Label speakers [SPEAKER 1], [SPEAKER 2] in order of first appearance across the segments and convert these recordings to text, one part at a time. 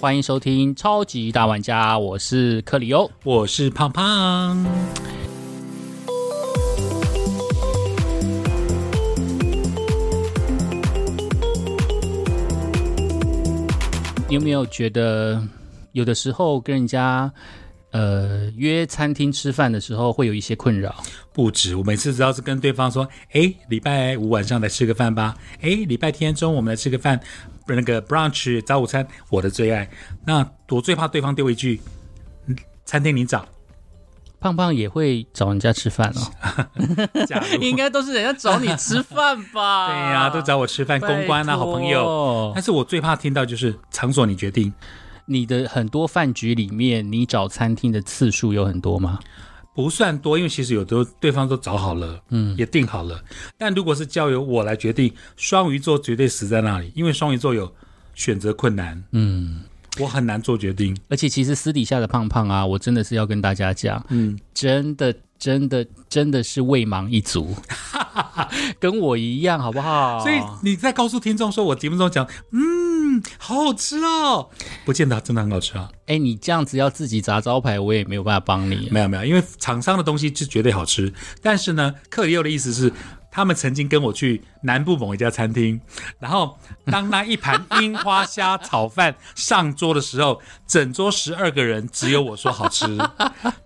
[SPEAKER 1] 欢迎收听《超级大玩家》，我是克里欧。
[SPEAKER 2] 我是胖胖。
[SPEAKER 1] 你有没有觉得，有的时候跟人家呃约餐厅吃饭的时候，会有一些困扰？
[SPEAKER 2] 不止，我每次只要是跟对方说，哎，礼拜五晚上来吃个饭吧，哎，礼拜天中午我们来吃个饭，那个 brunch 早午餐，我的最爱。那我最怕对方丢一句，嗯餐厅你找，
[SPEAKER 1] 胖胖也会找人家吃饭哦，
[SPEAKER 2] 假 如
[SPEAKER 1] 应该都是人家找你吃饭吧？
[SPEAKER 2] 对呀、都找我吃饭，公关啊，好朋友。
[SPEAKER 1] 友
[SPEAKER 2] 但。是我最怕听到就是场所你决定，
[SPEAKER 1] 你的很多饭局里面，你找餐厅的次数有很多吗？
[SPEAKER 2] 不算多，因为其实有的对方都找好了，嗯，也定好了。但如果是交由我来决定，双鱼座绝对死在那里，因为双鱼座有选择困难，
[SPEAKER 1] 嗯，
[SPEAKER 2] 我很难做决定。
[SPEAKER 1] 而且其实私底下的胖胖啊，我真的是要跟大家讲，
[SPEAKER 2] 嗯，
[SPEAKER 1] 真的真的真的是未盲一族， 跟我一样，好不好？
[SPEAKER 2] 所以你在告诉听众说，我节目中讲，嗯，好好吃哦，不见得真的很好吃啊。
[SPEAKER 1] 哎、你这样子要自己砸招牌，我也没有办法帮你。
[SPEAKER 2] 没有没有，因为厂商的东西是绝对好吃，但是呢，克里欧的意思是。他们曾经跟我去南部某一家餐厅，然后当那一盘樱花虾炒饭上桌的时候，整桌十二个人只有我说好 吃，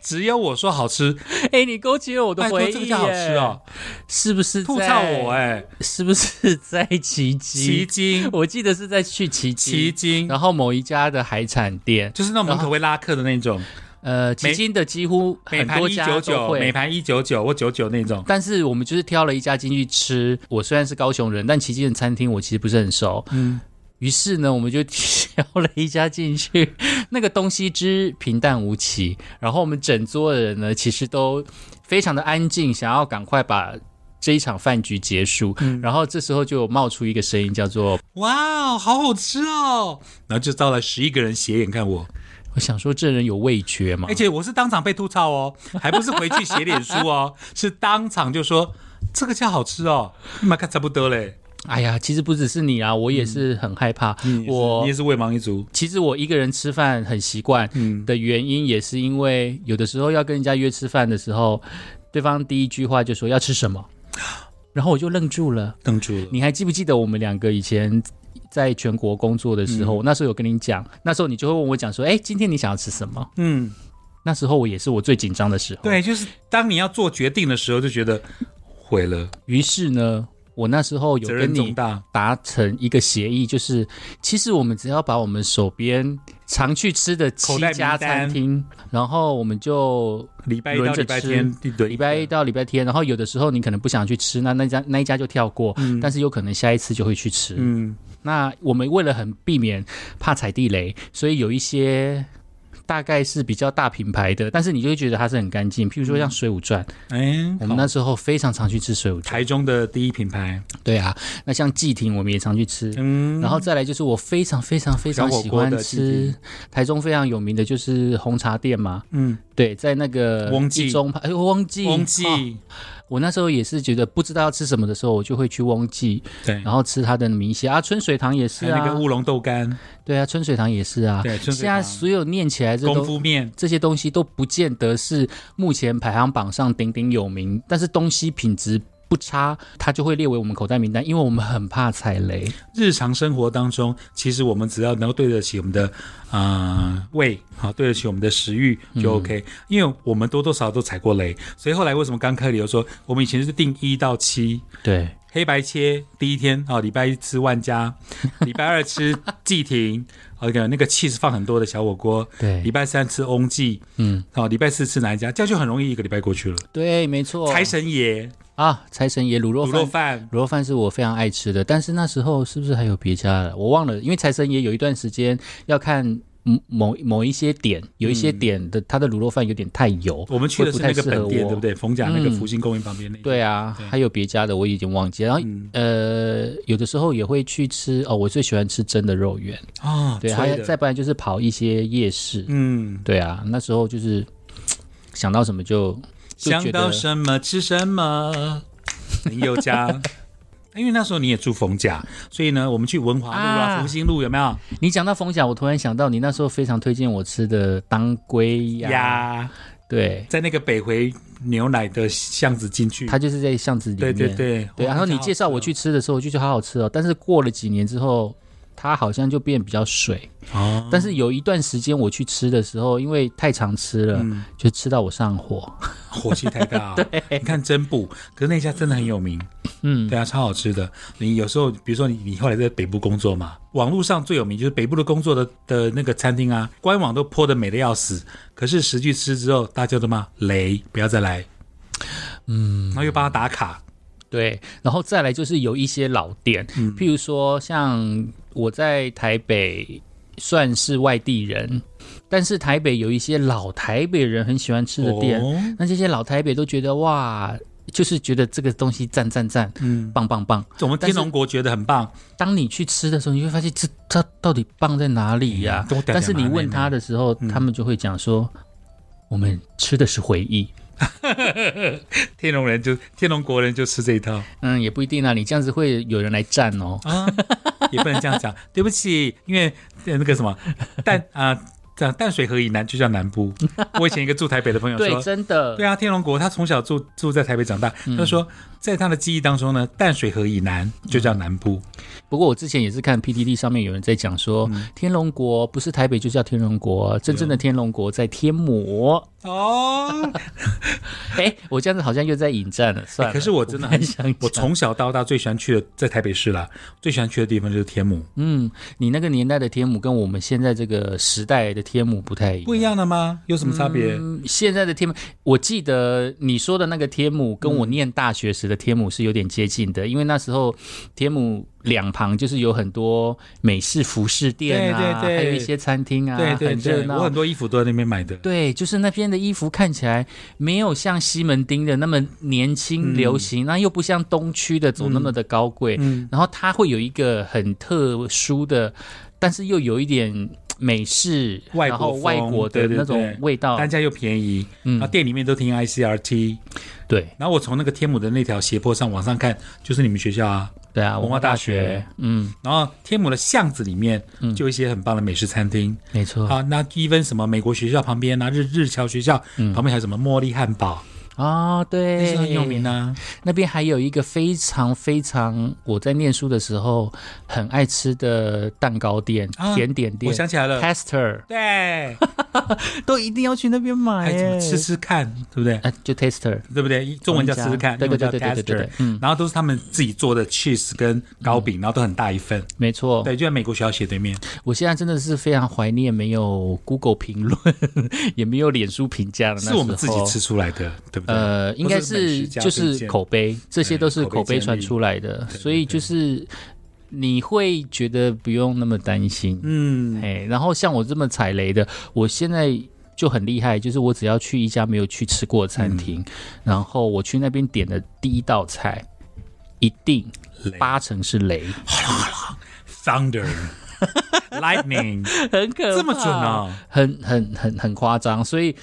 [SPEAKER 2] 只有我说好吃，
[SPEAKER 1] 哎、你勾起了我
[SPEAKER 2] 拜托这个叫好吃哦，
[SPEAKER 1] 是不是在？
[SPEAKER 2] 吐槽我哎、
[SPEAKER 1] 是不是在奇
[SPEAKER 2] 奇
[SPEAKER 1] 迹？
[SPEAKER 2] 经
[SPEAKER 1] 我记得是在去奇
[SPEAKER 2] 奇
[SPEAKER 1] 迹，
[SPEAKER 2] 经，
[SPEAKER 1] 然后某一家的海产店，
[SPEAKER 2] 就是那种门口会拉客的那种，
[SPEAKER 1] 呃，奇经的几乎
[SPEAKER 2] 每
[SPEAKER 1] 很
[SPEAKER 2] 盘
[SPEAKER 1] 多
[SPEAKER 2] 一
[SPEAKER 1] 家
[SPEAKER 2] 九
[SPEAKER 1] 都
[SPEAKER 2] 九，每
[SPEAKER 1] 会。
[SPEAKER 2] 盘一九九或九九那种。
[SPEAKER 1] 但是我们就是挑了一家进去吃。我虽然是高雄人，但奇经的餐厅我其实不是很熟。
[SPEAKER 2] 嗯，
[SPEAKER 1] 于是呢，我们就挑了一家进去，那个东西之平淡无奇，然后我们整桌的人呢，其实都非常的安静，想要赶快把这一场饭局结束。
[SPEAKER 2] 嗯
[SPEAKER 1] 然后这时候就有冒出一个声音，叫做
[SPEAKER 2] 哇哦，好好吃哦！然后就招来十一个人斜眼看我，
[SPEAKER 1] “我想说这人有味觉嘛
[SPEAKER 2] 而且我是当场被吐槽哦，还不是回去写脸书哦，是当场就说这个叫好吃哦，你妈看差不多嘞。”。
[SPEAKER 1] 哎呀，其实不只是你啊，我也是很害怕。
[SPEAKER 2] 嗯你也是
[SPEAKER 1] 我
[SPEAKER 2] 你也是未盲一族，
[SPEAKER 1] 其实我一个人吃饭很习惯
[SPEAKER 2] 嗯
[SPEAKER 1] 的原因，也是因为有的时候要跟人家约吃饭的时候，对方第一句话就说要吃什么，然后我就愣住了。
[SPEAKER 2] 瞪住了。
[SPEAKER 1] 你还记不记得我们两个以前在全国工作的时候？
[SPEAKER 2] 嗯
[SPEAKER 1] 我那时候有跟你讲，那时候你就会问我讲说，哎、今天你想要吃什么？
[SPEAKER 2] 嗯，
[SPEAKER 1] 那时候我也是我最紧张的时候。，
[SPEAKER 2] 对，就是当你要做决定的时候，就觉得毁了，
[SPEAKER 1] 于是呢，我那时候有
[SPEAKER 2] 责
[SPEAKER 1] 跟
[SPEAKER 2] 任重
[SPEAKER 1] 你
[SPEAKER 2] 大。
[SPEAKER 1] 达成一个协议，就是其实我们只要把我们手边常去吃的七
[SPEAKER 2] 口袋名
[SPEAKER 1] 家
[SPEAKER 2] 单
[SPEAKER 1] 餐厅，然后我们就
[SPEAKER 2] 礼拜一到礼拜天，对，
[SPEAKER 1] 礼拜一到礼拜天，然后有的时候你可能不想去吃，那那家那一家就跳过，但是有可能下一次就会去吃。
[SPEAKER 2] 嗯，
[SPEAKER 1] 那我们为了很避免怕踩地雷，所以有一些大概是比较大品牌的，但是你就会觉得它是很干净。譬如说
[SPEAKER 2] 嗯
[SPEAKER 1] 像水浒传，
[SPEAKER 2] 哎，
[SPEAKER 1] 我们
[SPEAKER 2] 好
[SPEAKER 1] 那时候非常常去吃水浒传。
[SPEAKER 2] 台中的第一品牌，
[SPEAKER 1] 对啊，那像季亭我们也常去吃。
[SPEAKER 2] 嗯，
[SPEAKER 1] 然后再来就是我非常非常非常喜
[SPEAKER 2] 小火锅
[SPEAKER 1] 欢
[SPEAKER 2] 的季
[SPEAKER 1] 吃
[SPEAKER 2] 亭
[SPEAKER 1] 台中非常有名的就是红茶店嘛，
[SPEAKER 2] 嗯，
[SPEAKER 1] 对，在那个
[SPEAKER 2] 翁记
[SPEAKER 1] 一中派，哎，翁记，
[SPEAKER 2] 翁
[SPEAKER 1] 哦
[SPEAKER 2] 记，
[SPEAKER 1] 我那时候也是觉得不知道要吃什么的时候，我就会去翁记，
[SPEAKER 2] 对，
[SPEAKER 1] 然后吃它的米线啊，春水堂也是
[SPEAKER 2] 还有
[SPEAKER 1] 啊，
[SPEAKER 2] 嗯哎那个乌龙豆干，
[SPEAKER 1] 对啊，春水堂也是啊，
[SPEAKER 2] 对，春水
[SPEAKER 1] 现在
[SPEAKER 2] 堂
[SPEAKER 1] 所有念起来这
[SPEAKER 2] 功
[SPEAKER 1] 都
[SPEAKER 2] 夫面，
[SPEAKER 1] 这些东西都不见得是目前排行榜上鼎鼎有名，但是东西品质不差，它就会列为我们口袋名单，因为我们很怕踩雷。
[SPEAKER 2] 日常生活当中，其实我们只要能够对得起我们的
[SPEAKER 1] 嗯
[SPEAKER 2] 呃胃，好对得起我们的食欲就 OK，、因为我们多多少少都踩过雷，所以后来为什么刚开理由说我们以前是定一到七。
[SPEAKER 1] 对，
[SPEAKER 2] 黑白切第一天哦，礼拜一吃万家，礼拜二吃季亭，哦，那个 cheese 放很多的小火锅，
[SPEAKER 1] 对
[SPEAKER 2] 礼拜三吃翁记，
[SPEAKER 1] 嗯，
[SPEAKER 2] 哦，礼拜四吃哪一家，这样就很容易一个礼拜过去了。
[SPEAKER 1] 对，没错，
[SPEAKER 2] 财神爷
[SPEAKER 1] 啊，财神哦爷卤肉
[SPEAKER 2] 卤肉
[SPEAKER 1] 饭。
[SPEAKER 2] 饭，
[SPEAKER 1] 卤肉饭是我非常爱吃的，但是那时候是不是还有别家的？我忘了，因为财神爷有一段时间要看某某某一些点，有一些点的、它的卤肉饭有点太油，
[SPEAKER 2] 嗯我们去
[SPEAKER 1] 会
[SPEAKER 2] 的是
[SPEAKER 1] 不太
[SPEAKER 2] 那个
[SPEAKER 1] 适合
[SPEAKER 2] 本店，
[SPEAKER 1] 我
[SPEAKER 2] 对不对？逢甲那个
[SPEAKER 1] 嗯
[SPEAKER 2] 福星公园旁边那、
[SPEAKER 1] 对啊，
[SPEAKER 2] 对
[SPEAKER 1] 还有别家的我已经忘记了。然后、
[SPEAKER 2] 嗯
[SPEAKER 1] 呃，有的时候也会去吃哦，我最喜欢吃蒸的肉圆，
[SPEAKER 2] 啊，
[SPEAKER 1] 对，
[SPEAKER 2] 吹
[SPEAKER 1] 还有
[SPEAKER 2] 的
[SPEAKER 1] 再不然就是跑一些夜市，
[SPEAKER 2] 嗯，
[SPEAKER 1] 对啊，那时候就是嘖想到什么就就
[SPEAKER 2] 想
[SPEAKER 1] 觉
[SPEAKER 2] 到
[SPEAKER 1] 得
[SPEAKER 2] 什么吃什么，林宥嘉。因为那时候你也住逢甲，所以呢，我们去文华路啊、
[SPEAKER 1] 啊
[SPEAKER 2] 福兴路有没有
[SPEAKER 1] 你讲到逢甲，我突然想到你那时候非常推荐我吃的当归鸭，
[SPEAKER 2] 呀？
[SPEAKER 1] 对，
[SPEAKER 2] 在那个北回牛奶的巷子进去，
[SPEAKER 1] 它就是在巷子里
[SPEAKER 2] 对
[SPEAKER 1] 面。
[SPEAKER 2] 对对
[SPEAKER 1] 对，
[SPEAKER 2] 哇
[SPEAKER 1] 然后
[SPEAKER 2] 那
[SPEAKER 1] 你
[SPEAKER 2] 好
[SPEAKER 1] 介绍
[SPEAKER 2] 吃
[SPEAKER 1] 我
[SPEAKER 2] 哦
[SPEAKER 1] 去吃的时候，我就觉得好好吃哦。但是过了几年之后，它好像就变比较水。
[SPEAKER 2] 哦，
[SPEAKER 1] 但是有一段时间我去吃的时候，因为太常吃了，
[SPEAKER 2] 嗯
[SPEAKER 1] 就吃到我上 火。
[SPEAKER 2] 火气太大、啊。对，你看真补，可是那家真的很有名。
[SPEAKER 1] 嗯，
[SPEAKER 2] 对啊，超好吃的。你有时候，比如说你你后来在北部工作嘛，网络上最有名就是北部的工作的的那个餐厅啊，官网都泼的美的要死，可是实际吃之后，大家都骂雷，不要再来。嗯，然后又帮他打卡，
[SPEAKER 1] 对。然后再来就是有一些老店，
[SPEAKER 2] 嗯
[SPEAKER 1] 譬如说像我在台北算是外地人，但是台北有一些老台北人很喜欢吃的啊店，
[SPEAKER 2] 哦
[SPEAKER 1] 那这些老台北都觉得哇，就是觉得这个东西赞赞赞，
[SPEAKER 2] 嗯，
[SPEAKER 1] 棒棒棒。
[SPEAKER 2] 我们天龙国觉得很棒，
[SPEAKER 1] 当你去吃的时候，你会发现这它到底棒在哪里呀、
[SPEAKER 2] 嗯都掉
[SPEAKER 1] 但是
[SPEAKER 2] 在哪
[SPEAKER 1] 你
[SPEAKER 2] 里
[SPEAKER 1] 问
[SPEAKER 2] 呢
[SPEAKER 1] 他的时候，他们就会讲说，我们吃的是回忆。
[SPEAKER 2] 天龙人就天龙国人就吃这一套
[SPEAKER 1] 嗯，也不一定啊，你这样子会有人来站哦。
[SPEAKER 2] 啊，也不能这样 讲，对不起，因为呃那个什么淡啊。淡淡水河以南就叫南 部。我以前一个住台北的朋友说
[SPEAKER 1] 对，，真的，
[SPEAKER 2] 对啊，天龙国他从小住住在台北长大，
[SPEAKER 1] 嗯
[SPEAKER 2] 他说在他的记忆当中呢，淡水河以南就叫南部，
[SPEAKER 1] 不过我之前也是看 PTT 上面有人在讲说，天龙国不是台北就叫天龙国，真正的天龙国在天母。
[SPEAKER 2] 哦，
[SPEAKER 1] 哎，我这样子好像又在引战了，算了。
[SPEAKER 2] 可是我真的很
[SPEAKER 1] 很想
[SPEAKER 2] 我
[SPEAKER 1] 讲，
[SPEAKER 2] 从小到大最喜欢去的在台北市啦，最喜欢去的地方就是天母，
[SPEAKER 1] 嗯，你那个年代的天母跟我们现在这个时代的天母不太一样
[SPEAKER 2] 不。一样的吗？有什么差别？
[SPEAKER 1] 嗯，现在的天母，我记得你说的那个天母，跟
[SPEAKER 2] 嗯
[SPEAKER 1] 我念大学时的天母是有点接近的，因为那时候天母两旁就是有很多美式服饰店啊，
[SPEAKER 2] 对对对
[SPEAKER 1] 还有一些餐厅啊，
[SPEAKER 2] 对对
[SPEAKER 1] 很热
[SPEAKER 2] 对，我
[SPEAKER 1] 闹
[SPEAKER 2] 很。多衣服都在那边买的，
[SPEAKER 1] 对，就是那边的衣服看起来没有像西门町的那么年轻流行，那又不像东区的走那么的高贵，
[SPEAKER 2] 嗯
[SPEAKER 1] 然后它会有一个很特殊的，但是又有一点美式，
[SPEAKER 2] 外
[SPEAKER 1] 然
[SPEAKER 2] 国
[SPEAKER 1] 后
[SPEAKER 2] 风
[SPEAKER 1] 外国的
[SPEAKER 2] 对对
[SPEAKER 1] 那种
[SPEAKER 2] 对
[SPEAKER 1] 味道，
[SPEAKER 2] 单价又便宜，
[SPEAKER 1] 嗯
[SPEAKER 2] 然后店里面都听 ICRT，
[SPEAKER 1] 对。
[SPEAKER 2] 然后我从那个天母的那条斜坡上往上看，就是你们学校啊，
[SPEAKER 1] 对啊，
[SPEAKER 2] 文化大学，
[SPEAKER 1] 嗯，
[SPEAKER 2] 然后天母的巷子里面就有一些很棒的美食餐厅，
[SPEAKER 1] 没错
[SPEAKER 2] 啊，那 even 什么美国学校旁边啊，日日侨学校、旁边还有什么茉莉汉堡，
[SPEAKER 1] 啊、
[SPEAKER 2] 那
[SPEAKER 1] 嗯对，
[SPEAKER 2] 是很有名啊。
[SPEAKER 1] 那边还有一个非常非常我在念书的时候很爱吃的蛋糕店、
[SPEAKER 2] 啊
[SPEAKER 1] 甜点店，
[SPEAKER 2] 我想起来了，
[SPEAKER 1] Taster
[SPEAKER 2] 对，
[SPEAKER 1] 都一定要去那边买
[SPEAKER 2] 还有什么
[SPEAKER 1] 耶，
[SPEAKER 2] 吃吃看，对不对？
[SPEAKER 1] 啊，就 Taster，
[SPEAKER 2] 对不对？中文叫
[SPEAKER 1] 同一家
[SPEAKER 2] 吃吃看，
[SPEAKER 1] 对
[SPEAKER 2] 英文叫
[SPEAKER 1] 对对对对对
[SPEAKER 2] taster，
[SPEAKER 1] 对嗯
[SPEAKER 2] 然后都是他们自己做的 cheese 跟糕饼，然后都很大一份。
[SPEAKER 1] 没错。
[SPEAKER 2] 对，就在美国学校斜对面。
[SPEAKER 1] 我现在真的是非常怀念没有 Google 评论， 也没有脸书评价的那时
[SPEAKER 2] 是
[SPEAKER 1] 候。
[SPEAKER 2] 我们自己吃出来的，对不对？
[SPEAKER 1] 呃，应该
[SPEAKER 2] 或是美
[SPEAKER 1] 是
[SPEAKER 2] 食家
[SPEAKER 1] 就
[SPEAKER 2] 推
[SPEAKER 1] 是
[SPEAKER 2] 荐
[SPEAKER 1] 口碑，这些
[SPEAKER 2] 对
[SPEAKER 1] 都是
[SPEAKER 2] 口碑
[SPEAKER 1] 口碑
[SPEAKER 2] 建
[SPEAKER 1] 传
[SPEAKER 2] 立
[SPEAKER 1] 出来的，
[SPEAKER 2] 对
[SPEAKER 1] 所以就是你会觉得不用那么担心。
[SPEAKER 2] 嗯，
[SPEAKER 1] 哎，然后像我这么踩雷的，我现在就很厉害，就是我只要去一家没有去吃过的
[SPEAKER 2] 嗯
[SPEAKER 1] 餐厅，然后我去那边点的第一道菜，一定
[SPEAKER 2] 雷
[SPEAKER 1] 八成是雷，
[SPEAKER 2] thunder lightning
[SPEAKER 1] 很可
[SPEAKER 2] 这么准啊，
[SPEAKER 1] 很很很很夸张，所以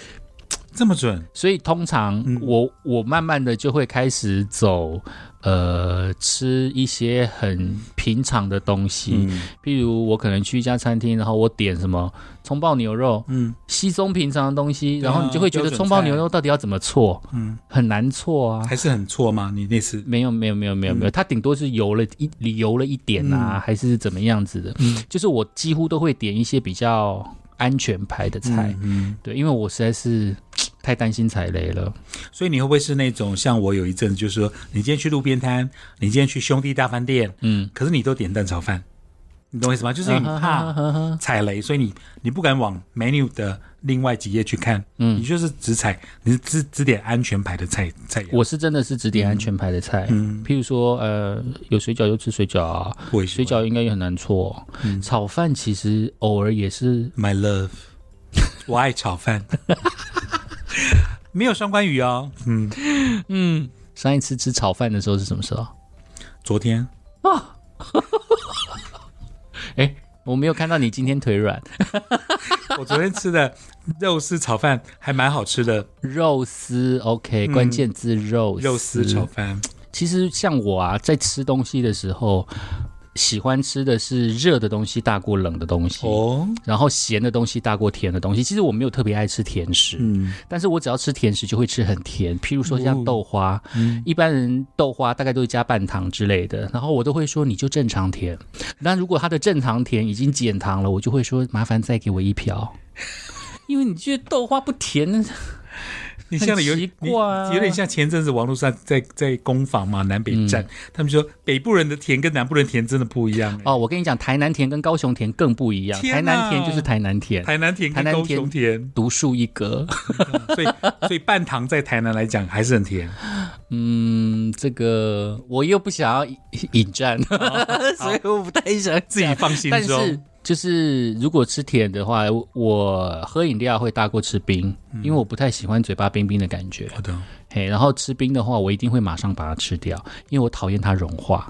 [SPEAKER 2] 这么准，
[SPEAKER 1] 所以通常
[SPEAKER 2] 嗯
[SPEAKER 1] 我、我慢慢的就会开始走，呃，吃一些很平常的东西，
[SPEAKER 2] 嗯
[SPEAKER 1] 譬如我可能去一家餐厅，然后我点什么葱爆牛肉，
[SPEAKER 2] 嗯，
[SPEAKER 1] 稀松平常的东西，
[SPEAKER 2] 对
[SPEAKER 1] 然
[SPEAKER 2] 啊
[SPEAKER 1] 后你就会觉得
[SPEAKER 2] 标准菜
[SPEAKER 1] 葱爆牛肉到底要怎么错，
[SPEAKER 2] 嗯，
[SPEAKER 1] 很难错啊。
[SPEAKER 2] 还是很错吗？你那次
[SPEAKER 1] 没有没有没有没有
[SPEAKER 2] 嗯
[SPEAKER 1] 没有，它顶多是油了一油了一点啊，还是怎么样子的？
[SPEAKER 2] 嗯
[SPEAKER 1] 就是我几乎都会点一些比较安全牌的菜，
[SPEAKER 2] 嗯。
[SPEAKER 1] 对，因为我实在是太担心踩雷了。
[SPEAKER 2] 所以你会不会是那种像我有一阵，就是说你今天去路边摊，你今天去兄弟大饭店，
[SPEAKER 1] 嗯，
[SPEAKER 2] 可是你都点蛋炒饭，你懂我意思吗？就是因为你怕踩雷，所以你你不敢往 menu 的另外几页去看，嗯，你就是只踩，你是只只点安全牌的菜菜肴。
[SPEAKER 1] 我是真的是只点安全牌的菜，譬如说呃，有水饺就吃水饺啊，
[SPEAKER 2] 我也是
[SPEAKER 1] 水饺应该也很难错。炒饭其实偶尔也是
[SPEAKER 2] My love，我爱炒 饭，没有双关语哦。嗯，
[SPEAKER 1] 上一次吃炒饭的时候是什么时候？
[SPEAKER 2] 昨天
[SPEAKER 1] 哎、我没有看到你今天腿软，
[SPEAKER 2] 我昨天吃的肉丝炒饭 还蛮好吃的，
[SPEAKER 1] 肉丝 OK，、关键字肉丝
[SPEAKER 2] 肉丝炒饭
[SPEAKER 1] 其实像我啊，在吃东西的时候，喜欢吃的是热的东西大过冷的东西，
[SPEAKER 2] 哦，
[SPEAKER 1] 然后咸的东西大过甜的东西。其实我没有特别爱吃甜食，
[SPEAKER 2] 嗯，
[SPEAKER 1] 但是我只要吃甜食就会吃很甜，譬如说像豆花，
[SPEAKER 2] 嗯
[SPEAKER 1] 一般人豆花大概都会加半糖之类的，然后我都会说你就正常甜。那如果它的正常甜已经减糖了，我就会说麻烦再给我一瓢，因为你觉得豆花不甜，
[SPEAKER 2] 你像有
[SPEAKER 1] 很奇怪啊
[SPEAKER 2] 你有点像前阵子网络上在在攻防嘛，南北
[SPEAKER 1] 嗯
[SPEAKER 2] 战，他们说北部人的甜跟南部人甜真的不 一样、欸
[SPEAKER 1] 哦，我跟你讲，台南甜跟高雄甜更不一样，
[SPEAKER 2] 天
[SPEAKER 1] 台南甜
[SPEAKER 2] 哪
[SPEAKER 1] 就是台南甜，
[SPEAKER 2] 台南甜
[SPEAKER 1] 台
[SPEAKER 2] 跟
[SPEAKER 1] 南
[SPEAKER 2] 高
[SPEAKER 1] 甜
[SPEAKER 2] 雄甜，
[SPEAKER 1] 独树一格。
[SPEAKER 2] 所以所以半糖在台南来讲还是很甜。
[SPEAKER 1] 嗯，这个我又不想要引引战， 所以我不太想
[SPEAKER 2] 自己
[SPEAKER 1] 讲
[SPEAKER 2] 放 心
[SPEAKER 1] 但是
[SPEAKER 2] 中。
[SPEAKER 1] 就是如果吃甜的话，我我喝饮料会大过吃冰，
[SPEAKER 2] 嗯
[SPEAKER 1] 因为我不太喜欢嘴巴冰冰的感觉。
[SPEAKER 2] 好的，
[SPEAKER 1] 嘿，然后吃冰的话，我一定会马上把它吃掉，因为我讨厌它融化。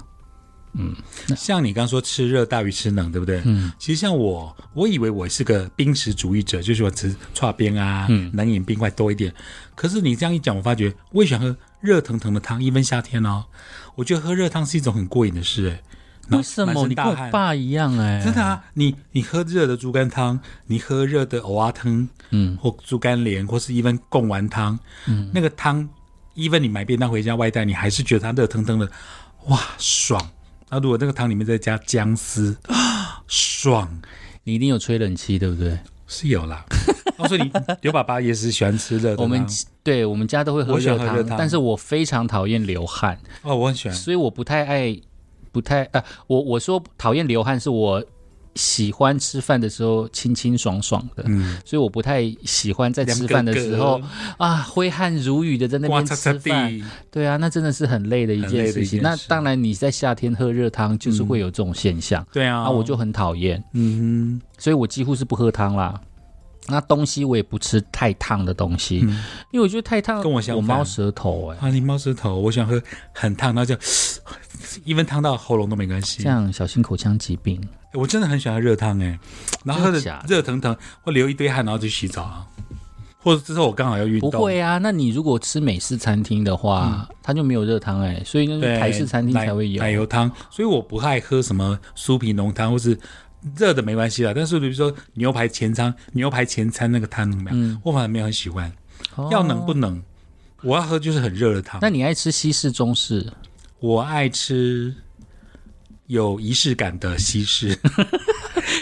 [SPEAKER 2] 像你刚刚说吃热大于吃冷，对不对？嗯，其实像我，我以为我是个冰食主义者，就是我吃串冰啊，
[SPEAKER 1] 嗯
[SPEAKER 2] 冷饮冰块多一点。可是你这样一讲，我发觉我也喜欢喝热腾腾的汤，一分夏天哦，我觉得喝热汤是一种很过瘾的事、哎，
[SPEAKER 1] 为什
[SPEAKER 2] 满
[SPEAKER 1] 么
[SPEAKER 2] 身
[SPEAKER 1] 你跟
[SPEAKER 2] 大
[SPEAKER 1] 我
[SPEAKER 2] 汗
[SPEAKER 1] 爸一样哎、
[SPEAKER 2] 真的啊，你你喝热的猪肝汤，你喝热的藕啊汤，
[SPEAKER 1] 嗯，
[SPEAKER 2] 或猪肝莲，或是一份贡丸汤，嗯，那个汤，even 你买便当回家外带，你还是觉得它热腾腾的，哇，爽。那如果那个汤里面再加姜丝， 啊爽
[SPEAKER 1] 你一定有吹冷气对不
[SPEAKER 2] 啊
[SPEAKER 1] 对？
[SPEAKER 2] 是 有啦。哦，所以你刘爸爸也是喜欢吃热的吗，
[SPEAKER 1] 我们对我们家都会喝
[SPEAKER 2] 我喜
[SPEAKER 1] 热
[SPEAKER 2] 欢喝
[SPEAKER 1] 汤，
[SPEAKER 2] 热汤
[SPEAKER 1] 但是我非常讨厌流汗，
[SPEAKER 2] 哦，我很喜欢，
[SPEAKER 1] 所以我不太爱，不太呃，我我说讨厌流汗是我喜欢吃饭的时候清清爽爽的，
[SPEAKER 2] 嗯，
[SPEAKER 1] 所以我不太喜欢在吃
[SPEAKER 2] 两
[SPEAKER 1] 饭
[SPEAKER 2] 个
[SPEAKER 1] 的
[SPEAKER 2] 格
[SPEAKER 1] 时候啊挥汗如雨的在那
[SPEAKER 2] 哇
[SPEAKER 1] 边
[SPEAKER 2] 擦擦
[SPEAKER 1] 吃饭。
[SPEAKER 2] 地，
[SPEAKER 1] 对啊，那真的是很累的一
[SPEAKER 2] 很
[SPEAKER 1] 件
[SPEAKER 2] 累的
[SPEAKER 1] 事
[SPEAKER 2] 一
[SPEAKER 1] 情。
[SPEAKER 2] 件
[SPEAKER 1] 那
[SPEAKER 2] 事
[SPEAKER 1] 当然，你在夏天喝热汤就是会有这种现象，
[SPEAKER 2] 对啊，
[SPEAKER 1] 啊，我就很讨厌，
[SPEAKER 2] 嗯
[SPEAKER 1] 所以我几乎是不喝汤啦。那东西我也不吃太烫的东西，
[SPEAKER 2] 嗯
[SPEAKER 1] 因为我觉得太烫
[SPEAKER 2] 跟我相
[SPEAKER 1] 我
[SPEAKER 2] 反
[SPEAKER 1] 猫舌头哎、
[SPEAKER 2] 啊，你猫舌头，我喜欢喝很烫，然后就 even 烫到喉咙都没关系，
[SPEAKER 1] 这样小心口腔疾病。
[SPEAKER 2] 欸我真的很喜欢喝热汤哎，然后喝
[SPEAKER 1] 真的假
[SPEAKER 2] 的
[SPEAKER 1] 的
[SPEAKER 2] 热腾腾，会流一堆汗，然后去洗澡啊，或者这时候我刚好要运
[SPEAKER 1] 不
[SPEAKER 2] 动，
[SPEAKER 1] 会啊，那你如果吃美式餐厅的话，它就没有热汤哎、所以那
[SPEAKER 2] 嗯对
[SPEAKER 1] 是台式餐厅才会有
[SPEAKER 2] 奶奶。油汤，所以我不爱喝什么酥皮浓汤或是。热的没关系啦，但是比如说牛排前餐，牛排前餐那个汤有没
[SPEAKER 1] 嗯
[SPEAKER 2] 有？我反而没有很喜欢。
[SPEAKER 1] 哦
[SPEAKER 2] 要冷不冷，我要喝就是很热的汤。
[SPEAKER 1] 那你爱吃西式、中式？
[SPEAKER 2] 我爱吃有仪式感的 西式，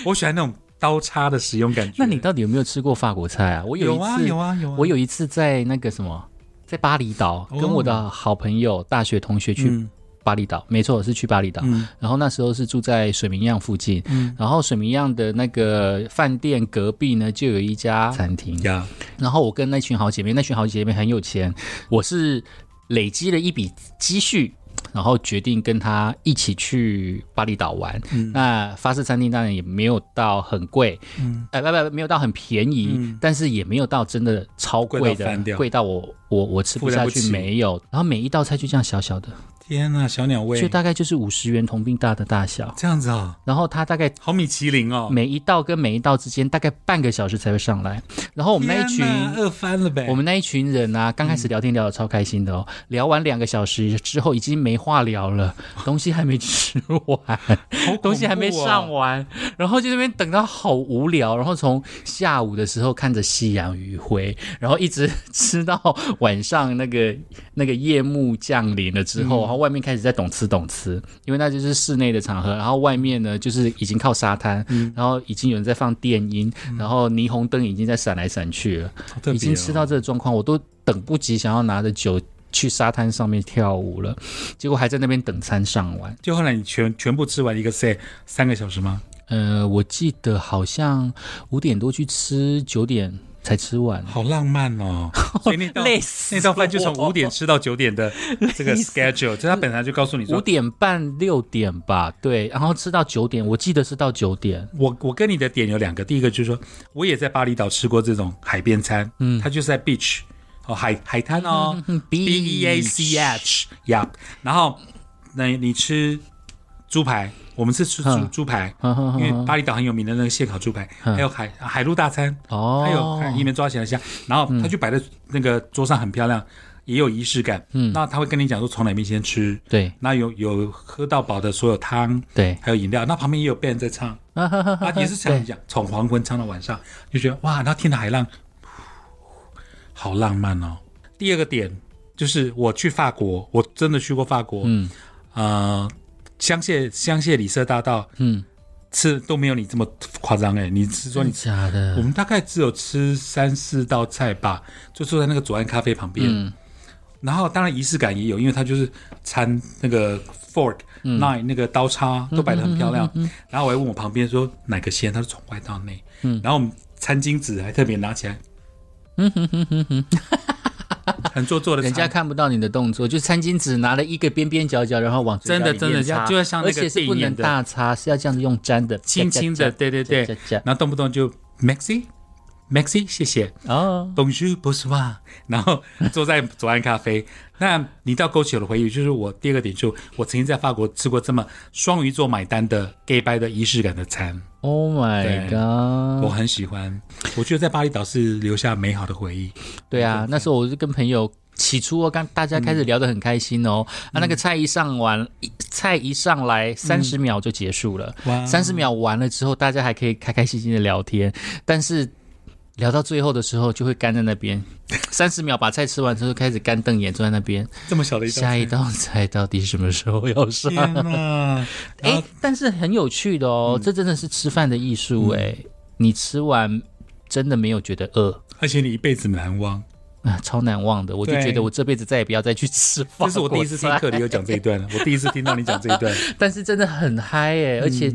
[SPEAKER 2] 我喜欢那种刀叉的使用感觉。
[SPEAKER 1] 那你到底有没有吃过法国菜啊？我一
[SPEAKER 2] 有
[SPEAKER 1] 次，
[SPEAKER 2] 啊有啊有啊，
[SPEAKER 1] 我有一次在那个什么，在巴厘岛
[SPEAKER 2] 哦
[SPEAKER 1] 跟我的好朋友、大学同学去
[SPEAKER 2] 嗯
[SPEAKER 1] 巴厘岛，没错，是去巴厘岛。
[SPEAKER 2] 嗯
[SPEAKER 1] 然后那时候是住在水明漾附近，
[SPEAKER 2] 嗯
[SPEAKER 1] 然后水明漾的那个饭店隔壁呢，就有一家餐厅。
[SPEAKER 2] 呀
[SPEAKER 1] 然后我跟那群好姐妹，那群好姐妹很有钱，我是累积了一笔积蓄。然后决定跟她一起去巴厘岛玩。那法式餐厅当然也没有到很贵，
[SPEAKER 2] 嗯
[SPEAKER 1] 哎，不不，没有到很便宜，
[SPEAKER 2] 嗯
[SPEAKER 1] 但是也没有到真的超贵
[SPEAKER 2] 贵到
[SPEAKER 1] 的，
[SPEAKER 2] 翻掉
[SPEAKER 1] 贵到我我我吃不
[SPEAKER 2] 负担
[SPEAKER 1] 下
[SPEAKER 2] 不
[SPEAKER 1] 去，
[SPEAKER 2] 起
[SPEAKER 1] 没有。然后每一道菜就这样小小的，
[SPEAKER 2] 天呐，小鸟
[SPEAKER 1] 就
[SPEAKER 2] 胃
[SPEAKER 1] 大概就是五十元同病大的大小。
[SPEAKER 2] 这样子啊、
[SPEAKER 1] 然后它大概
[SPEAKER 2] 好米其林哦，
[SPEAKER 1] 每一道跟每一道之间大概半个小时才会上来。然后我们那一群
[SPEAKER 2] 天哪饿翻了呗。
[SPEAKER 1] 我们那一群人啊，刚开始聊天聊得超开心的哦，聊完两个小时之后已经没话聊了，东西还没吃完，
[SPEAKER 2] 好恐怖哦
[SPEAKER 1] 东西还没上，完，然后就那边等到好无聊，然后从下午的时候看着夕阳余晖，然后一直吃到晚上那个 那个夜幕降临了之后，然后外面开始在懂吃懂吃，因为那就是室内的场合，然后外面呢就是已经靠沙滩，然后已经有人在放电音，然后霓虹灯已经在闪来闪去了。
[SPEAKER 2] 好特别哦
[SPEAKER 1] 已经吃到这个状况，我都等不及想要拿着酒去沙滩上面跳舞了，结果还在那边等餐上完。
[SPEAKER 2] 就后来你全全部吃完一个 set 三个小时 吗？
[SPEAKER 1] 呃，我记得好像五点多去吃，九点才吃完。
[SPEAKER 2] 好浪 漫哦，所以那道
[SPEAKER 1] 累死
[SPEAKER 2] 那道饭就从
[SPEAKER 1] 我
[SPEAKER 2] 五点吃到九 点的这个 schedule，就他本来就告诉你
[SPEAKER 1] 五
[SPEAKER 2] 说，
[SPEAKER 1] 点半六点吧，对，然后吃到九点，我记得是到九点。
[SPEAKER 2] 我我跟你的点有两个，第一个就是说，我也在巴厘岛吃过这种海边餐，嗯，它就是在 beach 哦海海滩哦，
[SPEAKER 1] 嗯
[SPEAKER 2] B E A C H Yup，然后那你吃猪排，我们是吃猪
[SPEAKER 1] 嗯
[SPEAKER 2] 猪排，
[SPEAKER 1] 呵呵呵
[SPEAKER 2] 因为巴厘岛很有名的那个现烤猪排，还有海海陆大餐，还有
[SPEAKER 1] 哦，
[SPEAKER 2] 看一面抓起来香，然后他就摆在那个桌上很漂亮，也有仪式感。嗯，那他会跟你讲说从哪边先吃，
[SPEAKER 1] 对
[SPEAKER 2] 那有有喝到饱的所有汤，
[SPEAKER 1] 对，
[SPEAKER 2] 还有饮料，那旁边也有 band 在唱，
[SPEAKER 1] 啊哈哈
[SPEAKER 2] 啊
[SPEAKER 1] 哈，
[SPEAKER 2] 也是想讲从黄昏唱到晚上，就觉得哇，然后听着海浪，好浪漫哦。第二个点就是我去法国，我真的去过法国，嗯，呃，香榭香榭里舍大道，
[SPEAKER 1] 嗯，
[SPEAKER 2] 吃都没有你这么夸张哎，你是说
[SPEAKER 1] 真
[SPEAKER 2] 你
[SPEAKER 1] 的假
[SPEAKER 2] 我
[SPEAKER 1] 的？
[SPEAKER 2] 们大概只有吃三四道菜吧，就坐在那个左岸咖啡旁边。
[SPEAKER 1] 嗯
[SPEAKER 2] 然后当然仪式感也有，因为它就是餐那个 fork、knife
[SPEAKER 1] 嗯
[SPEAKER 2] 那个刀叉都摆得很漂亮。然后我还问我旁边说哪个先，他说从外到内。
[SPEAKER 1] 嗯
[SPEAKER 2] 然后我们餐巾纸还特别拿起来，很做作的餐，
[SPEAKER 1] 人家看不到你的动作，就餐巾纸拿了一个边边角角，然后往嘴角
[SPEAKER 2] 真的
[SPEAKER 1] 里面
[SPEAKER 2] 真的
[SPEAKER 1] 擦
[SPEAKER 2] 要就要像那
[SPEAKER 1] 而
[SPEAKER 2] 个
[SPEAKER 1] 且是不
[SPEAKER 2] 电
[SPEAKER 1] 能
[SPEAKER 2] 影的
[SPEAKER 1] 大擦，是要这样子用粘的，
[SPEAKER 2] 轻轻的，
[SPEAKER 1] 夹
[SPEAKER 2] 对对对
[SPEAKER 1] 夹夹夹。
[SPEAKER 2] 然后动不动就 maxi maxi 谢谢。
[SPEAKER 1] 夹哦，
[SPEAKER 2] Bonjour, bonsoir，然后坐在左岸咖啡。那你到勾起我的回忆，就是我第二个点，就我曾经在法国吃过这么双鱼座买单的 gay bye 的仪式感的餐，
[SPEAKER 1] Oh
[SPEAKER 2] 对
[SPEAKER 1] my god！
[SPEAKER 2] 我很喜欢。我觉得在巴厘岛是留下美好的回忆。
[SPEAKER 1] 对啊，那时候我是跟朋友。起初哦，刚大家开始聊得很开心
[SPEAKER 2] 嗯
[SPEAKER 1] 哦，啊，那个菜一上完，一菜一上来，三十秒就结束了。
[SPEAKER 2] 嗯哇
[SPEAKER 1] 三十秒完了之后，大家还可以开开心心的聊天，但是聊到最后的时候就会干在那边。三十秒把菜吃完之后，开始干瞪眼坐在那边，
[SPEAKER 2] 这么小的一道
[SPEAKER 1] 下
[SPEAKER 2] 菜，
[SPEAKER 1] 一道菜到底什么时候要上？
[SPEAKER 2] 天哪！
[SPEAKER 1] 哎、
[SPEAKER 2] 然后
[SPEAKER 1] 但是很有趣的哦，这真的是吃饭的艺术哎、你吃完真的没有觉得饿。
[SPEAKER 2] 而且你一辈子难忘。
[SPEAKER 1] 啊，超难忘的！我就
[SPEAKER 2] 对
[SPEAKER 1] 觉得我这辈子再也不要再去吃法
[SPEAKER 2] 这
[SPEAKER 1] 国
[SPEAKER 2] 是我第一次听
[SPEAKER 1] 菜
[SPEAKER 2] 克里有讲这一段了，我第一次听到你讲这一段。
[SPEAKER 1] 但是真的很嗨哎、而且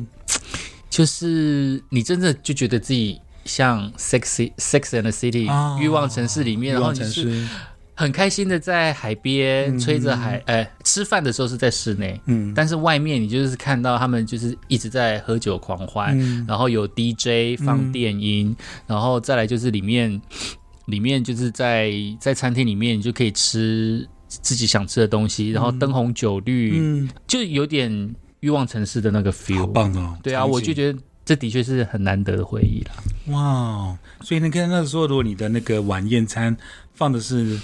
[SPEAKER 1] 就是你真的就觉得自己像 sexy Sex and the City、
[SPEAKER 2] 哦
[SPEAKER 1] 欲啊望城市里面，然后
[SPEAKER 2] 望
[SPEAKER 1] 你
[SPEAKER 2] 城
[SPEAKER 1] 是
[SPEAKER 2] 市，
[SPEAKER 1] 很开心的在海边、吹着海，哎、吃饭的时候是在室内，
[SPEAKER 2] 嗯，
[SPEAKER 1] 但是外面你就是看到他们就是一直在喝酒狂欢，
[SPEAKER 2] 嗯
[SPEAKER 1] 然后有 DJ 放电音，然后再来就是里面里面就是在在餐厅里面你就可以吃自己想吃的东西，然后灯红酒绿，
[SPEAKER 2] 嗯，
[SPEAKER 1] 就有点欲望城市的那个
[SPEAKER 2] 好
[SPEAKER 1] feel。
[SPEAKER 2] 棒哦！
[SPEAKER 1] 对啊，
[SPEAKER 2] 场景
[SPEAKER 1] 我就觉得这的确是很难得的回忆了。
[SPEAKER 2] 哇哦！所以那个那时候，如果你的那个晚宴餐放的是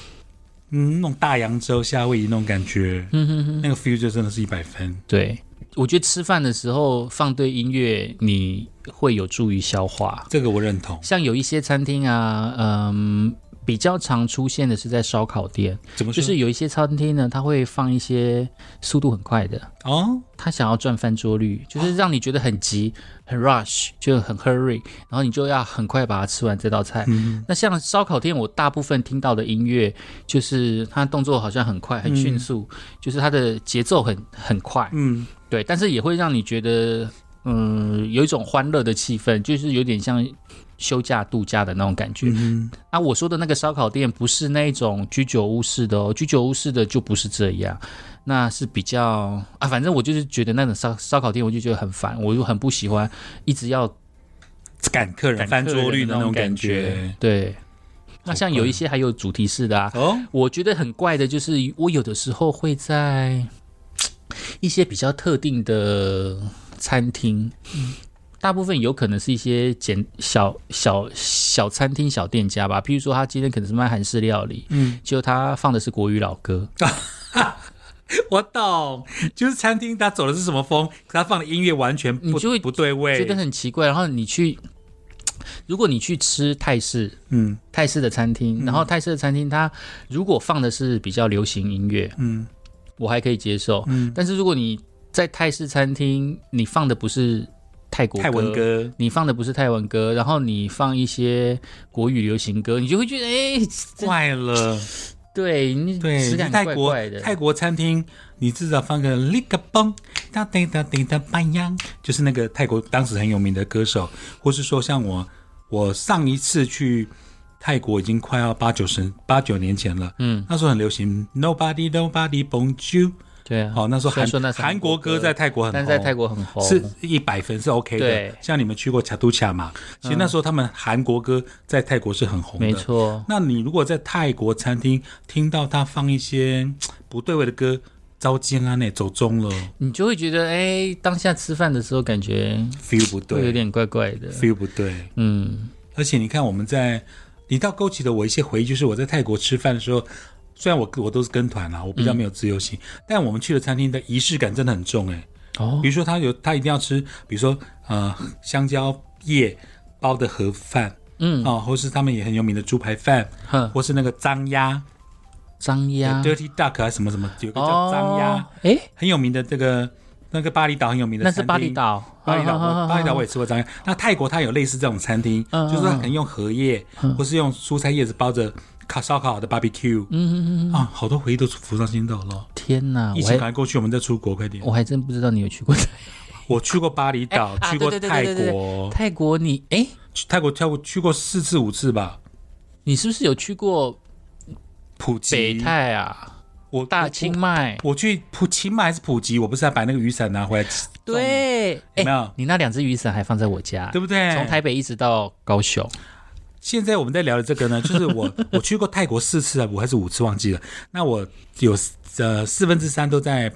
[SPEAKER 2] 嗯那种大洋洲、夏威夷那种感觉，嗯哼哼，那个 feel 就真的是一百分。
[SPEAKER 1] 对，我觉得吃饭的时候放对音乐，你会有助于消化。
[SPEAKER 2] 这个我认同。
[SPEAKER 1] 像有一些餐厅啊，嗯，比较常出现的是在烧烤店，
[SPEAKER 2] 怎么
[SPEAKER 1] 就
[SPEAKER 2] 说？
[SPEAKER 1] 是有一些餐厅呢，它会放一些速度很快的，
[SPEAKER 2] 哦，
[SPEAKER 1] 他想要赚翻桌率，就是让你觉得很急、很 rush，就很 hurry，然后你就要很快把它吃完这道
[SPEAKER 2] 嗯
[SPEAKER 1] 菜。那像烧烤店，我大部分听到的音乐就是它动作好像很快、很迅速，就是它的节奏很很快，
[SPEAKER 2] 嗯，
[SPEAKER 1] 对，但是也会让你觉得，嗯，有一种欢乐的气氛，就是有点像休假度假的那种感觉。
[SPEAKER 2] 嗯
[SPEAKER 1] 啊，我说的那个烧烤店不是那一种居酒屋式的哦，居酒屋式的就不是这样，那是比较啊，反正我就是觉得那种烧烧烤店，我就觉得很烦，我就很不喜欢，一直要
[SPEAKER 2] 赶客人
[SPEAKER 1] 赶
[SPEAKER 2] 翻桌
[SPEAKER 1] 客
[SPEAKER 2] 率
[SPEAKER 1] 人的
[SPEAKER 2] 那
[SPEAKER 1] 那
[SPEAKER 2] 种
[SPEAKER 1] 感
[SPEAKER 2] 感觉。
[SPEAKER 1] 对，那像有
[SPEAKER 2] 怪
[SPEAKER 1] 一些还有主题式的啊，
[SPEAKER 2] 哦，
[SPEAKER 1] 我觉得很怪的就是，我有的时候会在一些比较特定的餐厅，大部分有可能是一些简小小小餐厅、小店家吧。譬如说，他今天可能是卖韩式料理，
[SPEAKER 2] 嗯，
[SPEAKER 1] 就他放的是国语老歌，
[SPEAKER 2] 我懂，就是餐厅他走的是什么风，他放的音乐完全不
[SPEAKER 1] 你就会
[SPEAKER 2] 不对
[SPEAKER 1] 觉
[SPEAKER 2] 位
[SPEAKER 1] 得。很奇怪。然后你去，如果你去吃泰式。
[SPEAKER 2] 嗯
[SPEAKER 1] 泰式的餐厅，然后泰式的餐厅，它如果放的是比较流行音乐，
[SPEAKER 2] 嗯
[SPEAKER 1] 我还可以接受。
[SPEAKER 2] 嗯，
[SPEAKER 1] 但是如果你在泰式餐厅，你放的不是泰国
[SPEAKER 2] 泰文，歌，
[SPEAKER 1] 你放的不是泰文歌，然后你放一些国语流行歌，你就会觉得哎，这
[SPEAKER 2] 怪了。
[SPEAKER 1] 对你
[SPEAKER 2] 对，
[SPEAKER 1] 质感
[SPEAKER 2] 泰
[SPEAKER 1] 怪
[SPEAKER 2] 国
[SPEAKER 1] 怪的。
[SPEAKER 2] 泰国餐厅，你至少放个 lick a bong，哒哒哒哒哒吧呀，就是那个泰国当时很有名的歌手，或是说像我，我上一次去泰国已经快要八九十八九年前了，
[SPEAKER 1] 嗯，
[SPEAKER 2] 那时候很流行 nobody nobody bonjour，
[SPEAKER 1] 对啊，
[SPEAKER 2] 好、那时候
[SPEAKER 1] 虽然说那
[SPEAKER 2] 韩
[SPEAKER 1] 是
[SPEAKER 2] 韩国歌在泰国很红，
[SPEAKER 1] 但是在泰国很红，
[SPEAKER 2] 是一百分是 OK 的
[SPEAKER 1] 对，嗯
[SPEAKER 2] 像你们去过卡都卡嘛，其实那时候他们韩国歌在泰国是很红的，
[SPEAKER 1] 没错。
[SPEAKER 2] 那你如果在泰国餐厅听到他放一些嘖不对味的歌，糟践啦呢，走中了
[SPEAKER 1] 你就会觉得哎，当下吃饭的时候感觉
[SPEAKER 2] ，feel 不
[SPEAKER 1] 会有
[SPEAKER 2] 对
[SPEAKER 1] 点怪怪的。
[SPEAKER 2] ，feel 不对。
[SPEAKER 1] 嗯，
[SPEAKER 2] 而且你看我们在，你到勾起的我一些回忆，就是我在泰国吃饭的时候，虽然我我都是跟团啊啦、我比较没有自由行，但我们去的餐厅的仪式感真的很重哎、
[SPEAKER 1] 哦
[SPEAKER 2] 比如说他有他一定要吃，比如说呃香蕉叶包的盒饭，
[SPEAKER 1] 嗯
[SPEAKER 2] 啊、或是他们也很有名的猪排饭，
[SPEAKER 1] 哼，
[SPEAKER 2] 或是那个脏鸭、
[SPEAKER 1] 张鸭
[SPEAKER 2] dirty duck 啊什么什么，有个叫脏鸭，
[SPEAKER 1] 哦诶，
[SPEAKER 2] 很有名的这个那个巴厘岛很有名的，
[SPEAKER 1] 那是巴厘。岛，
[SPEAKER 2] 巴厘岛，
[SPEAKER 1] 啊
[SPEAKER 2] 我巴厘岛我也吃过章鱼。那泰国它有类似这种餐厅，
[SPEAKER 1] 嗯
[SPEAKER 2] 就是它可能用荷叶，或是用蔬菜叶子包着烤烧烤的 barbecue。嗯嗯嗯啊，好多回忆都浮上心头了。
[SPEAKER 1] 天哪，啊
[SPEAKER 2] 疫
[SPEAKER 1] 我
[SPEAKER 2] 情赶
[SPEAKER 1] 还
[SPEAKER 2] 快过去，我们再出国，快点！
[SPEAKER 1] 我还真不知道你有去过泰
[SPEAKER 2] 我去过巴厘岛，
[SPEAKER 1] 啊
[SPEAKER 2] 去过
[SPEAKER 1] 对对对
[SPEAKER 2] 泰
[SPEAKER 1] 对对对
[SPEAKER 2] 国，
[SPEAKER 1] 泰国你，哎，
[SPEAKER 2] 去泰国跳过去过四次五次吧。
[SPEAKER 1] 你是不是有去过
[SPEAKER 2] 普吉，
[SPEAKER 1] 北泰啊？
[SPEAKER 2] 我
[SPEAKER 1] 大
[SPEAKER 2] 我
[SPEAKER 1] 清迈？
[SPEAKER 2] 我去普清迈还是普吉？我不是还把那个雨伞拿回来，
[SPEAKER 1] 对，
[SPEAKER 2] 有没
[SPEAKER 1] 哎，
[SPEAKER 2] 有？
[SPEAKER 1] 你那两只雨伞还放在我家，
[SPEAKER 2] 对不对？
[SPEAKER 1] 从台北一直到高雄。
[SPEAKER 2] 现在我们在聊的这 个呢，就是我我去过泰国四次啊，我还是五次忘记了。那我有呃四分之三都在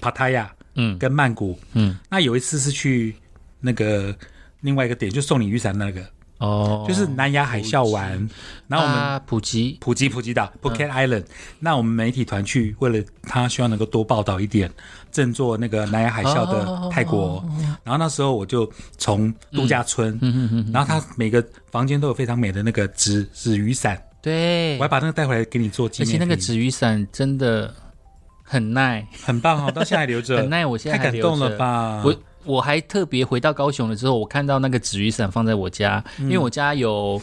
[SPEAKER 2] 帕塔亚，
[SPEAKER 1] 嗯
[SPEAKER 2] 跟曼谷，
[SPEAKER 1] 嗯，
[SPEAKER 2] 那有一次是去那个另外一个点，就送你雨伞那个，
[SPEAKER 1] 哦，
[SPEAKER 2] 就是南亚海啸完，然后我们
[SPEAKER 1] 啊普吉，
[SPEAKER 2] 普吉普吉岛 Phuket Island，、那我们媒体团去，为了他希望能够多报道一点，振作那个南亚海啸的泰国。然后那时候我就从度假村，然后他每个房间都有非常美的那个纸纸雨伞，
[SPEAKER 1] 对
[SPEAKER 2] 我还，把那个带回来给你做纪
[SPEAKER 1] 而且
[SPEAKER 2] 念品。
[SPEAKER 1] 那个纸雨伞真的很耐，
[SPEAKER 2] 很棒哦，到现在还留着，
[SPEAKER 1] 很耐，我现在
[SPEAKER 2] 太
[SPEAKER 1] 还
[SPEAKER 2] 感
[SPEAKER 1] 留
[SPEAKER 2] 动了
[SPEAKER 1] 着
[SPEAKER 2] 吧？
[SPEAKER 1] 我我还特别回到高雄了之后，我看到那个纸雨伞放在我家，
[SPEAKER 2] 嗯
[SPEAKER 1] 因为我家有。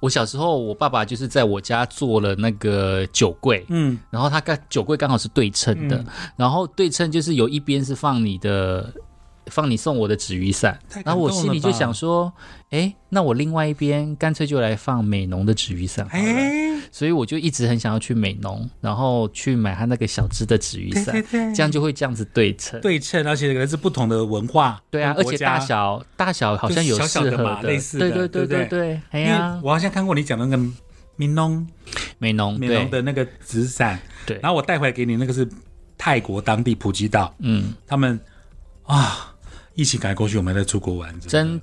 [SPEAKER 1] 我小时候，我爸爸就是在我家做了那个酒柜，
[SPEAKER 2] 嗯，
[SPEAKER 1] 然后它刚酒柜刚好是对称的，然后对称就是有一边是放你的，放你送我的纸雨伞
[SPEAKER 2] 太，感
[SPEAKER 1] 然后我心里就
[SPEAKER 2] 动了吧
[SPEAKER 1] 想说，哎，那我另外一边干脆就来放美浓的纸雨伞好了，
[SPEAKER 2] 哎，
[SPEAKER 1] 所以我就一直很想要去美浓，然后去买它那个小只的纸雨
[SPEAKER 2] 对
[SPEAKER 1] 伞，
[SPEAKER 2] 对对，
[SPEAKER 1] 这样就会这样子对称。
[SPEAKER 2] 对称，而且来自不同的文化，
[SPEAKER 1] 对啊，而
[SPEAKER 2] 跟国
[SPEAKER 1] 且
[SPEAKER 2] 家
[SPEAKER 1] 大小大小好像有
[SPEAKER 2] 就是
[SPEAKER 1] 适
[SPEAKER 2] 小小
[SPEAKER 1] 合
[SPEAKER 2] 的嘛类似的
[SPEAKER 1] 对对
[SPEAKER 2] 对
[SPEAKER 1] 对
[SPEAKER 2] 不
[SPEAKER 1] 对，哎
[SPEAKER 2] 因为
[SPEAKER 1] 呀，
[SPEAKER 2] 我好像看过你讲的那个明农
[SPEAKER 1] 美浓
[SPEAKER 2] 美容
[SPEAKER 1] 对
[SPEAKER 2] 的那个纸伞，
[SPEAKER 1] 对，
[SPEAKER 2] 然后我带回来给你，那个是泰国当地普吉岛，
[SPEAKER 1] 嗯，
[SPEAKER 2] 他们啊，疫情赶过去，我们还在出国玩，
[SPEAKER 1] 真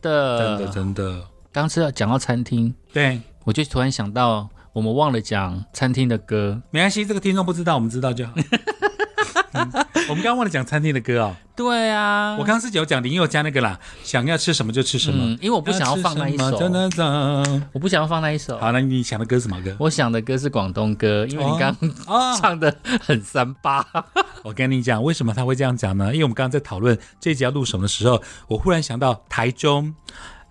[SPEAKER 1] 的
[SPEAKER 2] 的真的真的，
[SPEAKER 1] 刚吃到讲到餐厅，
[SPEAKER 2] 对，
[SPEAKER 1] 我就突然想到我们忘了讲餐厅的歌，
[SPEAKER 2] 没关系，这个听众不知道，我们知 道就好。嗯我们刚刚忘了讲餐厅的歌哦，
[SPEAKER 1] 对啊
[SPEAKER 2] 我刚刚是有讲林宥嘉那个啦，想要吃什么就吃什么，
[SPEAKER 1] 嗯，因为我不想要放那一首
[SPEAKER 2] 真，的真。
[SPEAKER 1] 我不想要放那一首，
[SPEAKER 2] 好，那你想的歌是什么歌？
[SPEAKER 1] 我想的歌是广东歌，因为你 刚
[SPEAKER 2] 哦
[SPEAKER 1] 唱的很三 八，
[SPEAKER 2] 我跟你讲，为什么他会这样讲呢？因为我们刚刚在讨论这一集要录什么的时候，我忽然想到台中，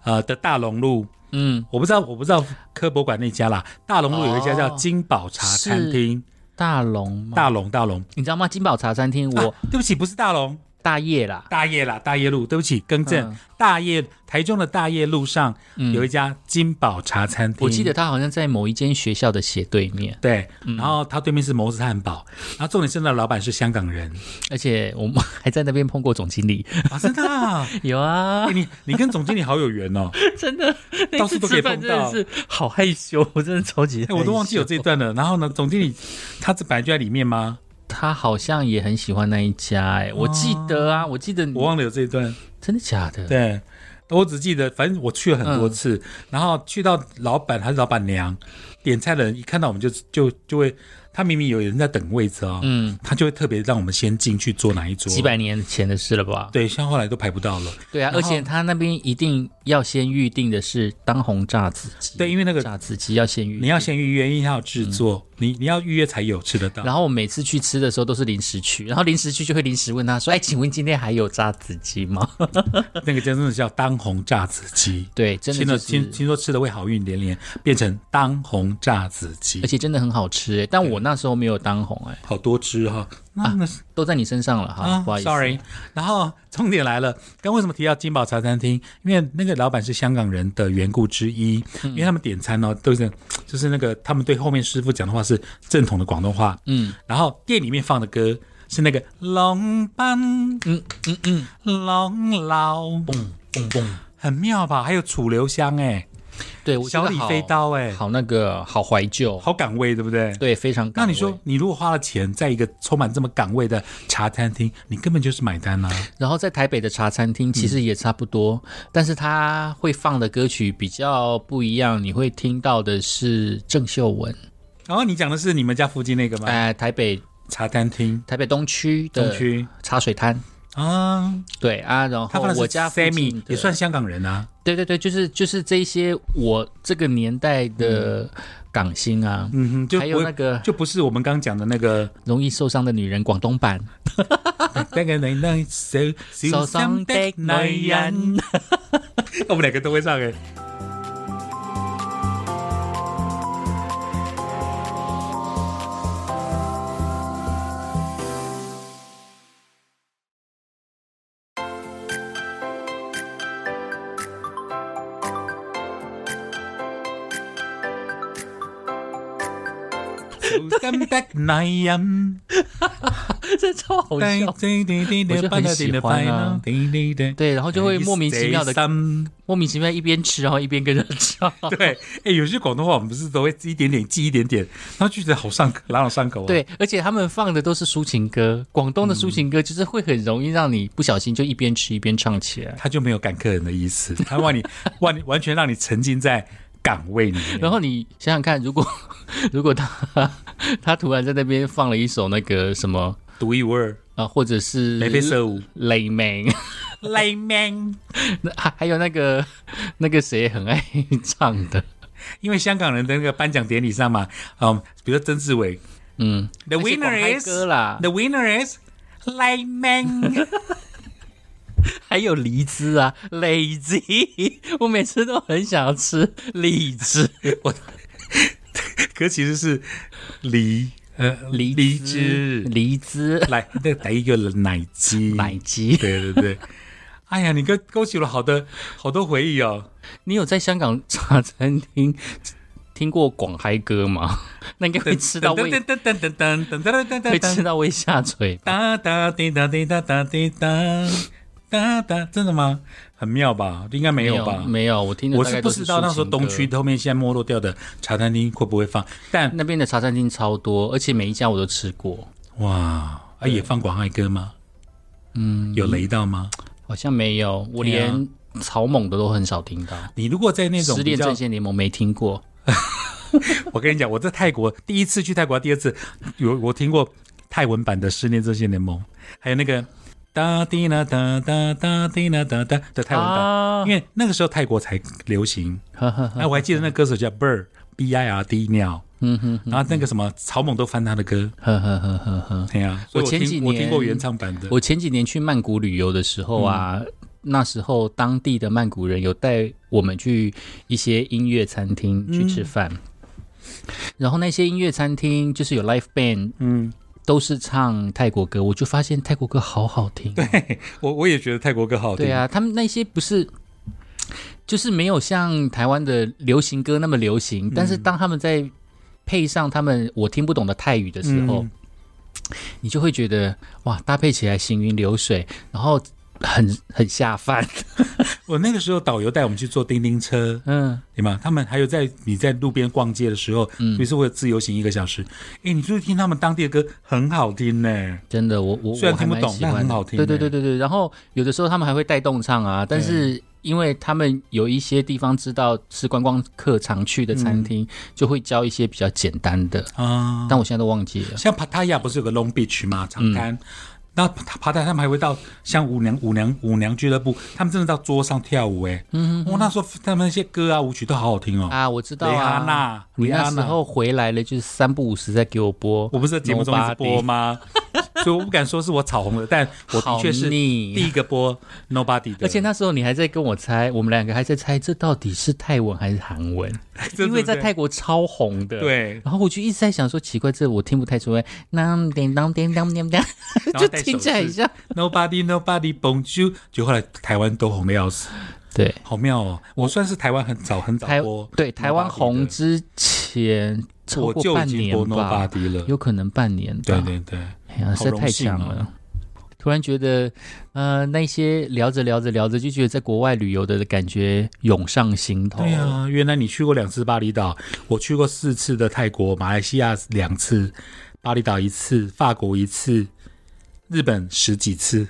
[SPEAKER 2] 呃的大龙路，
[SPEAKER 1] 嗯，
[SPEAKER 2] 我不知道我不知道科博馆那家啦，大龙路有一
[SPEAKER 1] 哦
[SPEAKER 2] 家叫金宝茶餐厅，
[SPEAKER 1] 大龙吗？
[SPEAKER 2] 大龙大龙，
[SPEAKER 1] 你知道吗？金宝茶餐厅，嗯我
[SPEAKER 2] 啊对不起，不是大龙，
[SPEAKER 1] 大业啦，
[SPEAKER 2] 大业啦，大业路，对不起，更正，
[SPEAKER 1] 嗯
[SPEAKER 2] 大业台中的大业路上有一家金宝茶餐厅，
[SPEAKER 1] 我记得嗯他好像在某一间学校的斜对面。
[SPEAKER 2] 对，然后它对面是摩斯汉堡，然后重点是那老板是香 港人
[SPEAKER 1] 而且我们还在那边碰过总经 理，
[SPEAKER 2] 啊，真的啊、
[SPEAKER 1] 有啊
[SPEAKER 2] 哎，你你跟总经理好有缘哦。
[SPEAKER 1] 真的，
[SPEAKER 2] 到处都可
[SPEAKER 1] 那次吃
[SPEAKER 2] 以碰到
[SPEAKER 1] 饭真的是好害羞， 我真的超级害
[SPEAKER 2] 哎、
[SPEAKER 1] 羞
[SPEAKER 2] 我都忘记有这一段了。然后呢，总经理他这本来就在里面吗？
[SPEAKER 1] 他好像也很喜欢那一家、哎，我记得啊，我记得你
[SPEAKER 2] 哦我忘了有这一段。
[SPEAKER 1] 真的假的？
[SPEAKER 2] 对，我只记得，反正我去了很多
[SPEAKER 1] 嗯
[SPEAKER 2] 次。然后去到老板还是老板娘点菜的人，一看到我们就就就会，他明明有人在等位置哦，
[SPEAKER 1] 嗯，
[SPEAKER 2] 他就会特别让我们先进去坐哪一桌。
[SPEAKER 1] 几百年前的事了吧？
[SPEAKER 2] 对，像后来都排不到了。
[SPEAKER 1] 对啊，
[SPEAKER 2] 然后
[SPEAKER 1] 而且他那边一定要先预定的是当红炸子鸡，
[SPEAKER 2] 对，因为那个
[SPEAKER 1] 炸子鸡要先预定
[SPEAKER 2] 你要。先预约，因为它有制作，你你要预约才有吃得到。
[SPEAKER 1] 嗯然后我每次去吃的时候都是临时去，然后临时去就会临时问他说：“哎，请问今天还有炸子鸡吗。
[SPEAKER 2] 那个真的叫当红炸子鸡？”
[SPEAKER 1] 对，真的
[SPEAKER 2] 听了
[SPEAKER 1] 就
[SPEAKER 2] 听
[SPEAKER 1] 是
[SPEAKER 2] 听说吃的会好运连连，变成当红炸子鸡
[SPEAKER 1] 而，且真的很好吃、哎，但我那时候没有当红、哎，
[SPEAKER 2] 好多汁哈、那
[SPEAKER 1] 啊
[SPEAKER 2] 那是
[SPEAKER 1] 都在你身上了哈，
[SPEAKER 2] 啊
[SPEAKER 1] 不好意思
[SPEAKER 2] s o r r y 然后重点来了，刚为什么提到金宝茶餐厅？因为那个老板是香港人的缘故之一，因为他们点餐哦都是就是那个他们对后面师傅讲的话是正统的广东话，
[SPEAKER 1] 嗯，
[SPEAKER 2] 然后店里面放的歌是那个龙班，嗯嗯嗯，龙老，
[SPEAKER 1] 嘣嘣嘣，
[SPEAKER 2] 很妙吧？还有楚留香哎，
[SPEAKER 1] 对，我觉
[SPEAKER 2] 小
[SPEAKER 1] 得
[SPEAKER 2] 李
[SPEAKER 1] 好
[SPEAKER 2] 飞刀哎，
[SPEAKER 1] 好那个好怀旧，
[SPEAKER 2] 好港味对不对？
[SPEAKER 1] 对，非常
[SPEAKER 2] 那
[SPEAKER 1] 感。
[SPEAKER 2] 你说，，你如果花了钱在一个充满这么岗位的茶餐厅，你根本就是买单啊啦、
[SPEAKER 1] 然后在台北的茶餐
[SPEAKER 2] 嗯
[SPEAKER 1] 厅其实也差不多，但是他会放的歌曲比较不一样，你会听到的是郑秀文，
[SPEAKER 2] 然后、哦你讲的是你们家附近那个吗？
[SPEAKER 1] 哎、台北
[SPEAKER 2] 茶餐厅
[SPEAKER 1] 台北东区
[SPEAKER 2] 东
[SPEAKER 1] 的
[SPEAKER 2] 区
[SPEAKER 1] 茶水滩，
[SPEAKER 2] 啊，
[SPEAKER 1] 对啊，然
[SPEAKER 2] 他
[SPEAKER 1] 后
[SPEAKER 2] 发的是
[SPEAKER 1] 我家附
[SPEAKER 2] Sammy
[SPEAKER 1] 近的
[SPEAKER 2] 也算香港人啊，
[SPEAKER 1] 对对对，就是就是这一些我这个年代的港星啊，
[SPEAKER 2] 嗯哼，嗯就
[SPEAKER 1] 还有
[SPEAKER 2] 不
[SPEAKER 1] 那个
[SPEAKER 2] 就不是我们刚讲的那个
[SPEAKER 1] 容易受伤的女人广东 版，
[SPEAKER 2] 那个那那小小心的女人，我们两个都会唱哎。小心的女人。
[SPEAKER 1] 这超好笑。我就很喜欢啊对，然后
[SPEAKER 2] 哎
[SPEAKER 1] 就会莫名其妙的 莫名其妙一边吃， 然后一边跟着唱。
[SPEAKER 2] 对，哎，有些广东话我们不是都会一点点记一点点，然后就觉得好上口，朗朗上口啊。，
[SPEAKER 1] 对，而且他们放的都是抒情歌，广东的抒
[SPEAKER 2] 嗯
[SPEAKER 1] 情歌就是会很容易让你不小心就一边吃一边唱起来，
[SPEAKER 2] 他就没有赶客人的意思，他 让你完完全让你沉浸在岗位里面。
[SPEAKER 1] 然后你想想看，如果 如果他 他突然在那边放了一首那个什么
[SPEAKER 2] 独一无二，
[SPEAKER 1] 啊，或者是
[SPEAKER 2] 眉飞色舞，
[SPEAKER 1] 雷鸣，
[SPEAKER 2] 雷鸣。
[SPEAKER 1] 那还还有那个那个谁很爱唱的，
[SPEAKER 2] 因为香港人的那个颁奖典礼上嘛，嗯，比如说曾志伟
[SPEAKER 1] 嗯，
[SPEAKER 2] ，The
[SPEAKER 1] 那些广嗨
[SPEAKER 2] 哎 winner is
[SPEAKER 1] 歌啦，
[SPEAKER 2] the winner is 雷鸣。
[SPEAKER 1] 还有梨子啊，李子， 我每次都很想吃李子，
[SPEAKER 2] 可其实是梨，呃，
[SPEAKER 1] 梨
[SPEAKER 2] 梨
[SPEAKER 1] 子
[SPEAKER 2] 汁，
[SPEAKER 1] 梨子，
[SPEAKER 2] 来，那个第一个奶鸡，
[SPEAKER 1] 奶，鸡。
[SPEAKER 2] 对对对。哎呀，你勾勾起了好的好多回忆哦。
[SPEAKER 1] 你有在香港茶餐厅 听过广嗨歌吗？ 那应该会吃到
[SPEAKER 2] 噔
[SPEAKER 1] 胃
[SPEAKER 2] 噔，噔噔噔噔噔噔噔
[SPEAKER 1] 会
[SPEAKER 2] 噔
[SPEAKER 1] 吃
[SPEAKER 2] 噔，
[SPEAKER 1] 到胃下垂。
[SPEAKER 2] 哒哒滴哒滴哒哒滴哒哒哒，真的吗？很妙吧？应该没有吧？
[SPEAKER 1] 没有，我听的
[SPEAKER 2] 我
[SPEAKER 1] 大概
[SPEAKER 2] 不
[SPEAKER 1] 都
[SPEAKER 2] 知道那时候
[SPEAKER 1] 抒情
[SPEAKER 2] 东
[SPEAKER 1] 歌
[SPEAKER 2] 区后面现在没落掉的茶餐厅会不会放，但
[SPEAKER 1] 那边的茶餐厅超多，而且每一家我都吃过，
[SPEAKER 2] 哇，啊也放广爱歌吗？嗯，有雷到吗？
[SPEAKER 1] 好像没有，我
[SPEAKER 2] 对啊
[SPEAKER 1] 连草蜢的都很少听到。
[SPEAKER 2] 你如果在那种
[SPEAKER 1] 失
[SPEAKER 2] 比
[SPEAKER 1] 恋
[SPEAKER 2] 较
[SPEAKER 1] 阵线联盟没听过，
[SPEAKER 2] 我跟你讲，我在泰国第一次去泰国，第二次有我听过泰文版的《失恋这些联盟》，还有那个哒滴啦哒哒哒滴啦哒哒的泰文版，
[SPEAKER 1] 啊
[SPEAKER 2] 因为那个时候泰国才 流行。
[SPEAKER 1] 呵呵呵
[SPEAKER 2] 哎、我还记得那歌手叫 Bird B I R D 鸟，
[SPEAKER 1] 嗯哼
[SPEAKER 2] 然后那个什么草蜢都翻他的 歌，
[SPEAKER 1] 呵呵呵呵呵。
[SPEAKER 2] 对呀、所
[SPEAKER 1] 我
[SPEAKER 2] 以
[SPEAKER 1] 前
[SPEAKER 2] 听
[SPEAKER 1] 几
[SPEAKER 2] 我听过
[SPEAKER 1] 年
[SPEAKER 2] 原唱版的，
[SPEAKER 1] 我前几年去曼谷旅游的时候啊，
[SPEAKER 2] 嗯
[SPEAKER 1] 那时候当地的曼谷人有带我们去一些音乐餐厅去吃饭，然后那些音乐餐厅就是有 l i f e band，
[SPEAKER 2] 嗯，
[SPEAKER 1] 都是唱泰国歌，我就发现泰国歌好好听。对
[SPEAKER 2] 我我也觉得泰国歌好好听，
[SPEAKER 1] 啊，他们那些不是。就是没有像台湾的流行歌那么流行，但
[SPEAKER 2] 嗯
[SPEAKER 1] 是当他们在配上他们我听不懂的泰语的时候，
[SPEAKER 2] 嗯
[SPEAKER 1] 你就会觉得哇，搭配起来行云流水，然后很很下 饭。
[SPEAKER 2] 我那个时候导游带我们去坐叮叮车，
[SPEAKER 1] 嗯，
[SPEAKER 2] 对吗？他们还有在你在路边逛街的时候，比如说我自由行一个小时，哎、你就听他们当地的歌很好听呢、
[SPEAKER 1] 真的，我我
[SPEAKER 2] 虽然
[SPEAKER 1] 我还
[SPEAKER 2] 听不
[SPEAKER 1] 蛮
[SPEAKER 2] 懂
[SPEAKER 1] 喜
[SPEAKER 2] 但
[SPEAKER 1] 欢
[SPEAKER 2] 很
[SPEAKER 1] 的
[SPEAKER 2] 好听
[SPEAKER 1] 对对
[SPEAKER 2] 欸
[SPEAKER 1] 对对对。然后有的时候他们还会带动唱啊，但是因为他们有一些地方知道是观光客常去的餐
[SPEAKER 2] 嗯
[SPEAKER 1] 厅，就会教一些比较简单的，
[SPEAKER 2] 啊。
[SPEAKER 1] 但我现在都忘记了。
[SPEAKER 2] 像 Pattaya 不是有个 Long Beach 吗？
[SPEAKER 1] 嗯
[SPEAKER 2] 长滩。那 p a t 他们还会到像舞娘舞娘舞娘俱乐部，他们真的到桌上跳舞哎、嗯我、那时候他们那些歌啊舞曲都好好听哦。
[SPEAKER 1] 啊，我知道
[SPEAKER 2] 蕾哈
[SPEAKER 1] 啊。
[SPEAKER 2] 娜，
[SPEAKER 1] 你
[SPEAKER 2] 蕾哈
[SPEAKER 1] 那时
[SPEAKER 2] 娜，
[SPEAKER 1] 候回来了，就是三不五时在给我播，
[SPEAKER 2] 我不是在节目中一直播
[SPEAKER 1] Nobody
[SPEAKER 2] 吗？ 所以我不敢说是我炒红了，但我的确是
[SPEAKER 1] 好腻啊
[SPEAKER 2] 第一个播 Nobody 的，
[SPEAKER 1] 而且 那时候你还在跟我猜，我们两个还在猜这到底是泰文还是韩 文，因为在泰国超红的。。
[SPEAKER 2] 对，
[SPEAKER 1] 然后我就一直在想说，奇怪，这我听不太出来。当叮当叮当叮当，
[SPEAKER 2] 然后
[SPEAKER 1] 就
[SPEAKER 2] 戴
[SPEAKER 1] 听
[SPEAKER 2] 手
[SPEAKER 1] 起来很
[SPEAKER 2] 势
[SPEAKER 1] 像。
[SPEAKER 2] Nobody Nobody Bonjour，就后来台湾都红的要死，
[SPEAKER 1] 对，
[SPEAKER 2] 好妙哦！我算是台湾很早很早
[SPEAKER 1] 台
[SPEAKER 2] 播 Nobody 的，
[SPEAKER 1] 对台湾红之前超
[SPEAKER 2] 我
[SPEAKER 1] 过
[SPEAKER 2] 就已
[SPEAKER 1] 半
[SPEAKER 2] 经
[SPEAKER 1] 年
[SPEAKER 2] 播
[SPEAKER 1] 吧，
[SPEAKER 2] Nobody 了，
[SPEAKER 1] 有可能半年吧。
[SPEAKER 2] 对对对，
[SPEAKER 1] 哎呀，实在太强
[SPEAKER 2] 好荣
[SPEAKER 1] 了
[SPEAKER 2] 幸啊。
[SPEAKER 1] 突然觉得，呃，那些聊着聊着聊着，就觉得在国外旅游的感觉涌上心头。
[SPEAKER 2] 对啊，原来你去过两次巴厘岛，我去过四次的泰国、马来西亚两次， 巴厘岛一次，法国一次，日本十几次。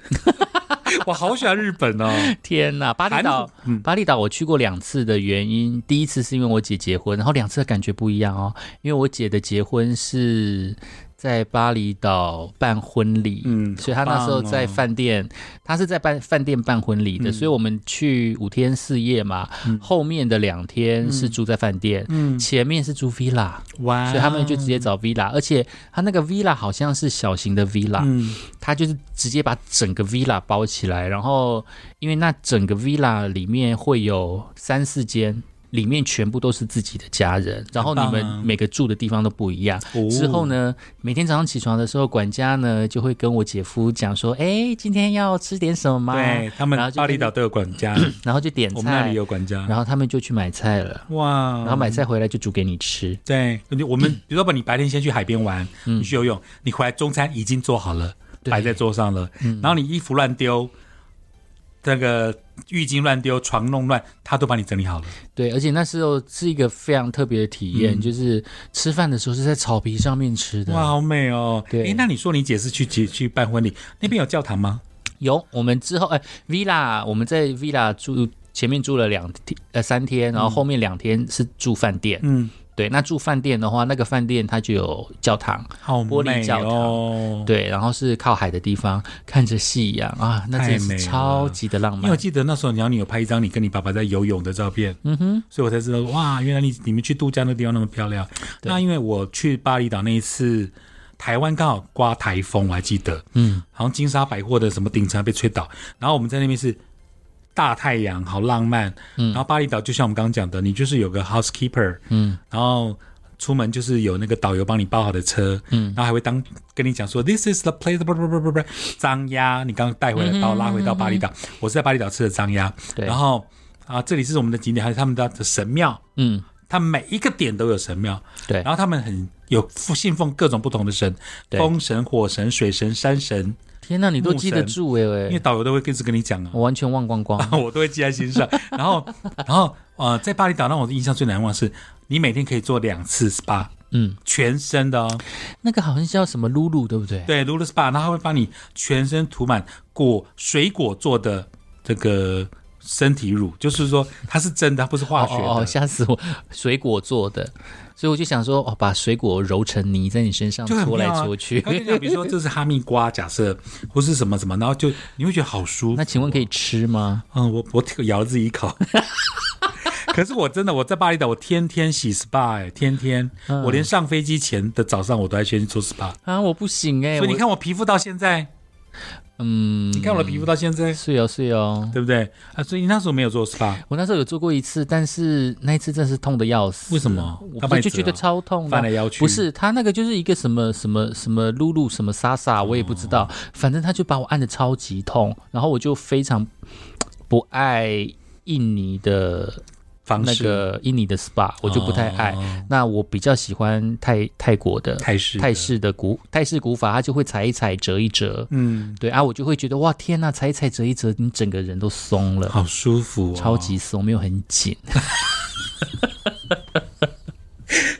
[SPEAKER 2] 我好喜欢日本哦。
[SPEAKER 1] 天哪，巴厘岛，
[SPEAKER 2] 嗯
[SPEAKER 1] 巴厘岛我去过两次的原因，第一次是因为我姐结婚，然后两次的感觉不一样哦，因为我姐的结婚是。在巴厘岛办婚礼，
[SPEAKER 2] 嗯哦
[SPEAKER 1] 所以他那时候在饭店，他是在办饭店办婚
[SPEAKER 2] 嗯
[SPEAKER 1] 礼的，所以我们去五天四夜嘛，后面的两天是住在饭店，
[SPEAKER 2] 嗯，啊
[SPEAKER 1] 前面是住 villa，
[SPEAKER 2] 哇
[SPEAKER 1] 所以他们就直接找 villa，而且他那个 villa 好像是小型的 villa，、
[SPEAKER 2] 嗯
[SPEAKER 1] 他就是直接把整个 villa 包起来，然后因为那整个 villa 里面会有三四间，里面全部都是自己的家人，然后你
[SPEAKER 2] 很
[SPEAKER 1] 们
[SPEAKER 2] 棒啊
[SPEAKER 1] 每个住的地方都不一样。
[SPEAKER 2] 哦
[SPEAKER 1] 之后呢，每天早上起床的时候，管家呢就会跟我姐夫讲说：“哎，今天要吃点什么？”
[SPEAKER 2] 对，
[SPEAKER 1] 然
[SPEAKER 2] 他
[SPEAKER 1] 后
[SPEAKER 2] 们
[SPEAKER 1] 就
[SPEAKER 2] 巴厘岛都有管家，
[SPEAKER 1] 然后就点
[SPEAKER 2] 我们那
[SPEAKER 1] 菜
[SPEAKER 2] 里，有嗯管家。
[SPEAKER 1] 然后他们就去买菜了，
[SPEAKER 2] 哇，
[SPEAKER 1] 然后买菜回来就煮给你吃。
[SPEAKER 2] 对，就我们比如说，把你白天先去海边玩，
[SPEAKER 1] 嗯
[SPEAKER 2] 你去游泳，你回来中餐已经做好了，
[SPEAKER 1] 对嗯
[SPEAKER 2] 摆在桌上了，然后你衣服乱丢，那个浴巾乱丢，床弄乱，他都帮你整理好了。
[SPEAKER 1] 对，而且那时候是一个非常特别的体验，
[SPEAKER 2] 嗯
[SPEAKER 1] 就是吃饭的时候是在草皮上面吃的。
[SPEAKER 2] 哇，好美哦！
[SPEAKER 1] 对
[SPEAKER 2] 诶那你说你姐是去去去办婚礼，那边有教堂吗？
[SPEAKER 1] 有，我们之后哎，villa，我们在 villa 住前面住了两天呃三天，然后后面两天是住饭店。
[SPEAKER 2] 嗯，
[SPEAKER 1] 对，那住饭店的话，那个饭店它就有教堂，
[SPEAKER 2] 好
[SPEAKER 1] 玻璃
[SPEAKER 2] 美
[SPEAKER 1] 教堂
[SPEAKER 2] 哦。
[SPEAKER 1] 对，然后是靠海的地方，看着夕阳啊，那真的
[SPEAKER 2] 太美
[SPEAKER 1] 是
[SPEAKER 2] 了
[SPEAKER 1] 超级的浪
[SPEAKER 2] 因为我
[SPEAKER 1] 漫。
[SPEAKER 2] 记得那时候鸟你有拍一张你跟你爸爸在游泳的照片，嗯哼，所以我才知道哇，原来你你们去度假那地方那么漂亮。
[SPEAKER 1] 对
[SPEAKER 2] 那因为我去巴厘岛那一次，台湾刚好刮台风，我还记得，
[SPEAKER 1] 嗯，
[SPEAKER 2] 好像金沙百货的什么顶层被吹倒，然后我们在那边是大太阳，好浪漫。嗯，然后巴厘岛就像我们刚刚讲的，你就是有个 housekeeper，
[SPEAKER 1] 嗯，
[SPEAKER 2] 然后。出门就是有那个导游帮你包好的车，嗯，然后还会当跟你讲说 this is the place，不不不不不，张鸭，你刚刚带回来，把我拉回到巴
[SPEAKER 1] 嗯
[SPEAKER 2] 厘岛，我是在巴厘岛吃的张鸭，
[SPEAKER 1] 对
[SPEAKER 2] 然后啊，这里是我们的景点，还有他们的神庙，
[SPEAKER 1] 嗯，
[SPEAKER 2] 他们每一个点都有神庙，
[SPEAKER 1] 对
[SPEAKER 2] 然后他们很有信奉各种不同的神，
[SPEAKER 1] 对
[SPEAKER 2] 风神、火神、水神、山神，
[SPEAKER 1] 天哪，你都
[SPEAKER 2] 木
[SPEAKER 1] 记得
[SPEAKER 2] 神
[SPEAKER 1] 住哎
[SPEAKER 2] 因为
[SPEAKER 1] 喂，
[SPEAKER 2] 导游都会一直跟你讲啊，
[SPEAKER 1] 我完全忘光 光。
[SPEAKER 2] 我都会记在心上。然后，然后呃，在巴厘岛让我印象最难忘的是，你每天可以做两次 SPA，
[SPEAKER 1] 嗯，
[SPEAKER 2] 全身的哦，
[SPEAKER 1] 那个好像叫什么露露，对不对？
[SPEAKER 2] 对，撸了 SPA，然后他会帮你全身涂满果水果做的这个。身体乳就是说它是真的，它不是化学的。
[SPEAKER 1] 哦哦哦，吓死我！水果做的，所以我就想说，哦，把水果揉成泥在你身上
[SPEAKER 2] 就很
[SPEAKER 1] 搓来
[SPEAKER 2] 妙啊
[SPEAKER 1] 搓去
[SPEAKER 2] 他。跟你讲，比如说这是哈密瓜，假设或是什么什么，然后就你会觉得好舒 服。
[SPEAKER 1] 那请问可以吃吗？
[SPEAKER 2] 嗯，我我咬了自己一 口。可是我真的我在巴厘岛，我天天洗 SPA，、欸、天天，
[SPEAKER 1] 嗯
[SPEAKER 2] 我连上飞机前的早上我都在先去做 SPA，、
[SPEAKER 1] 啊，我不行哎、
[SPEAKER 2] 所
[SPEAKER 1] 我
[SPEAKER 2] 以你看我皮肤到现在，
[SPEAKER 1] 嗯，
[SPEAKER 2] 你看我的皮肤到现在，
[SPEAKER 1] 是哦是哦，
[SPEAKER 2] 对不对啊？所以你那时候没有做 SPA，
[SPEAKER 1] 我那时候有做过一次，但是那一次真的是痛的要死。
[SPEAKER 2] 为什么他把
[SPEAKER 1] 我
[SPEAKER 2] 你
[SPEAKER 1] 就
[SPEAKER 2] 折
[SPEAKER 1] 觉得
[SPEAKER 2] 了
[SPEAKER 1] 超痛的
[SPEAKER 2] 翻
[SPEAKER 1] 啊
[SPEAKER 2] 来。腰去，
[SPEAKER 1] 不是，他那个就是一个什么什么什么露露什么莎莎，
[SPEAKER 2] 哦
[SPEAKER 1] 我也不知道，反正他就把我按的超级痛，然后我就非常不爱印尼的
[SPEAKER 2] 方
[SPEAKER 1] 那
[SPEAKER 2] 式，
[SPEAKER 1] 个印尼的 SPA，我就不太爱。
[SPEAKER 2] 哦
[SPEAKER 1] 那我比较喜欢泰泰国的
[SPEAKER 2] 泰式的
[SPEAKER 1] 泰，式的古泰式古法，它就会踩一踩，折一折。
[SPEAKER 2] 嗯，
[SPEAKER 1] 对啊，我就会觉得哇，天呐，踩一踩，折一折，你整个人都松了，
[SPEAKER 2] 好舒服、哦，
[SPEAKER 1] 超级松，没有很紧。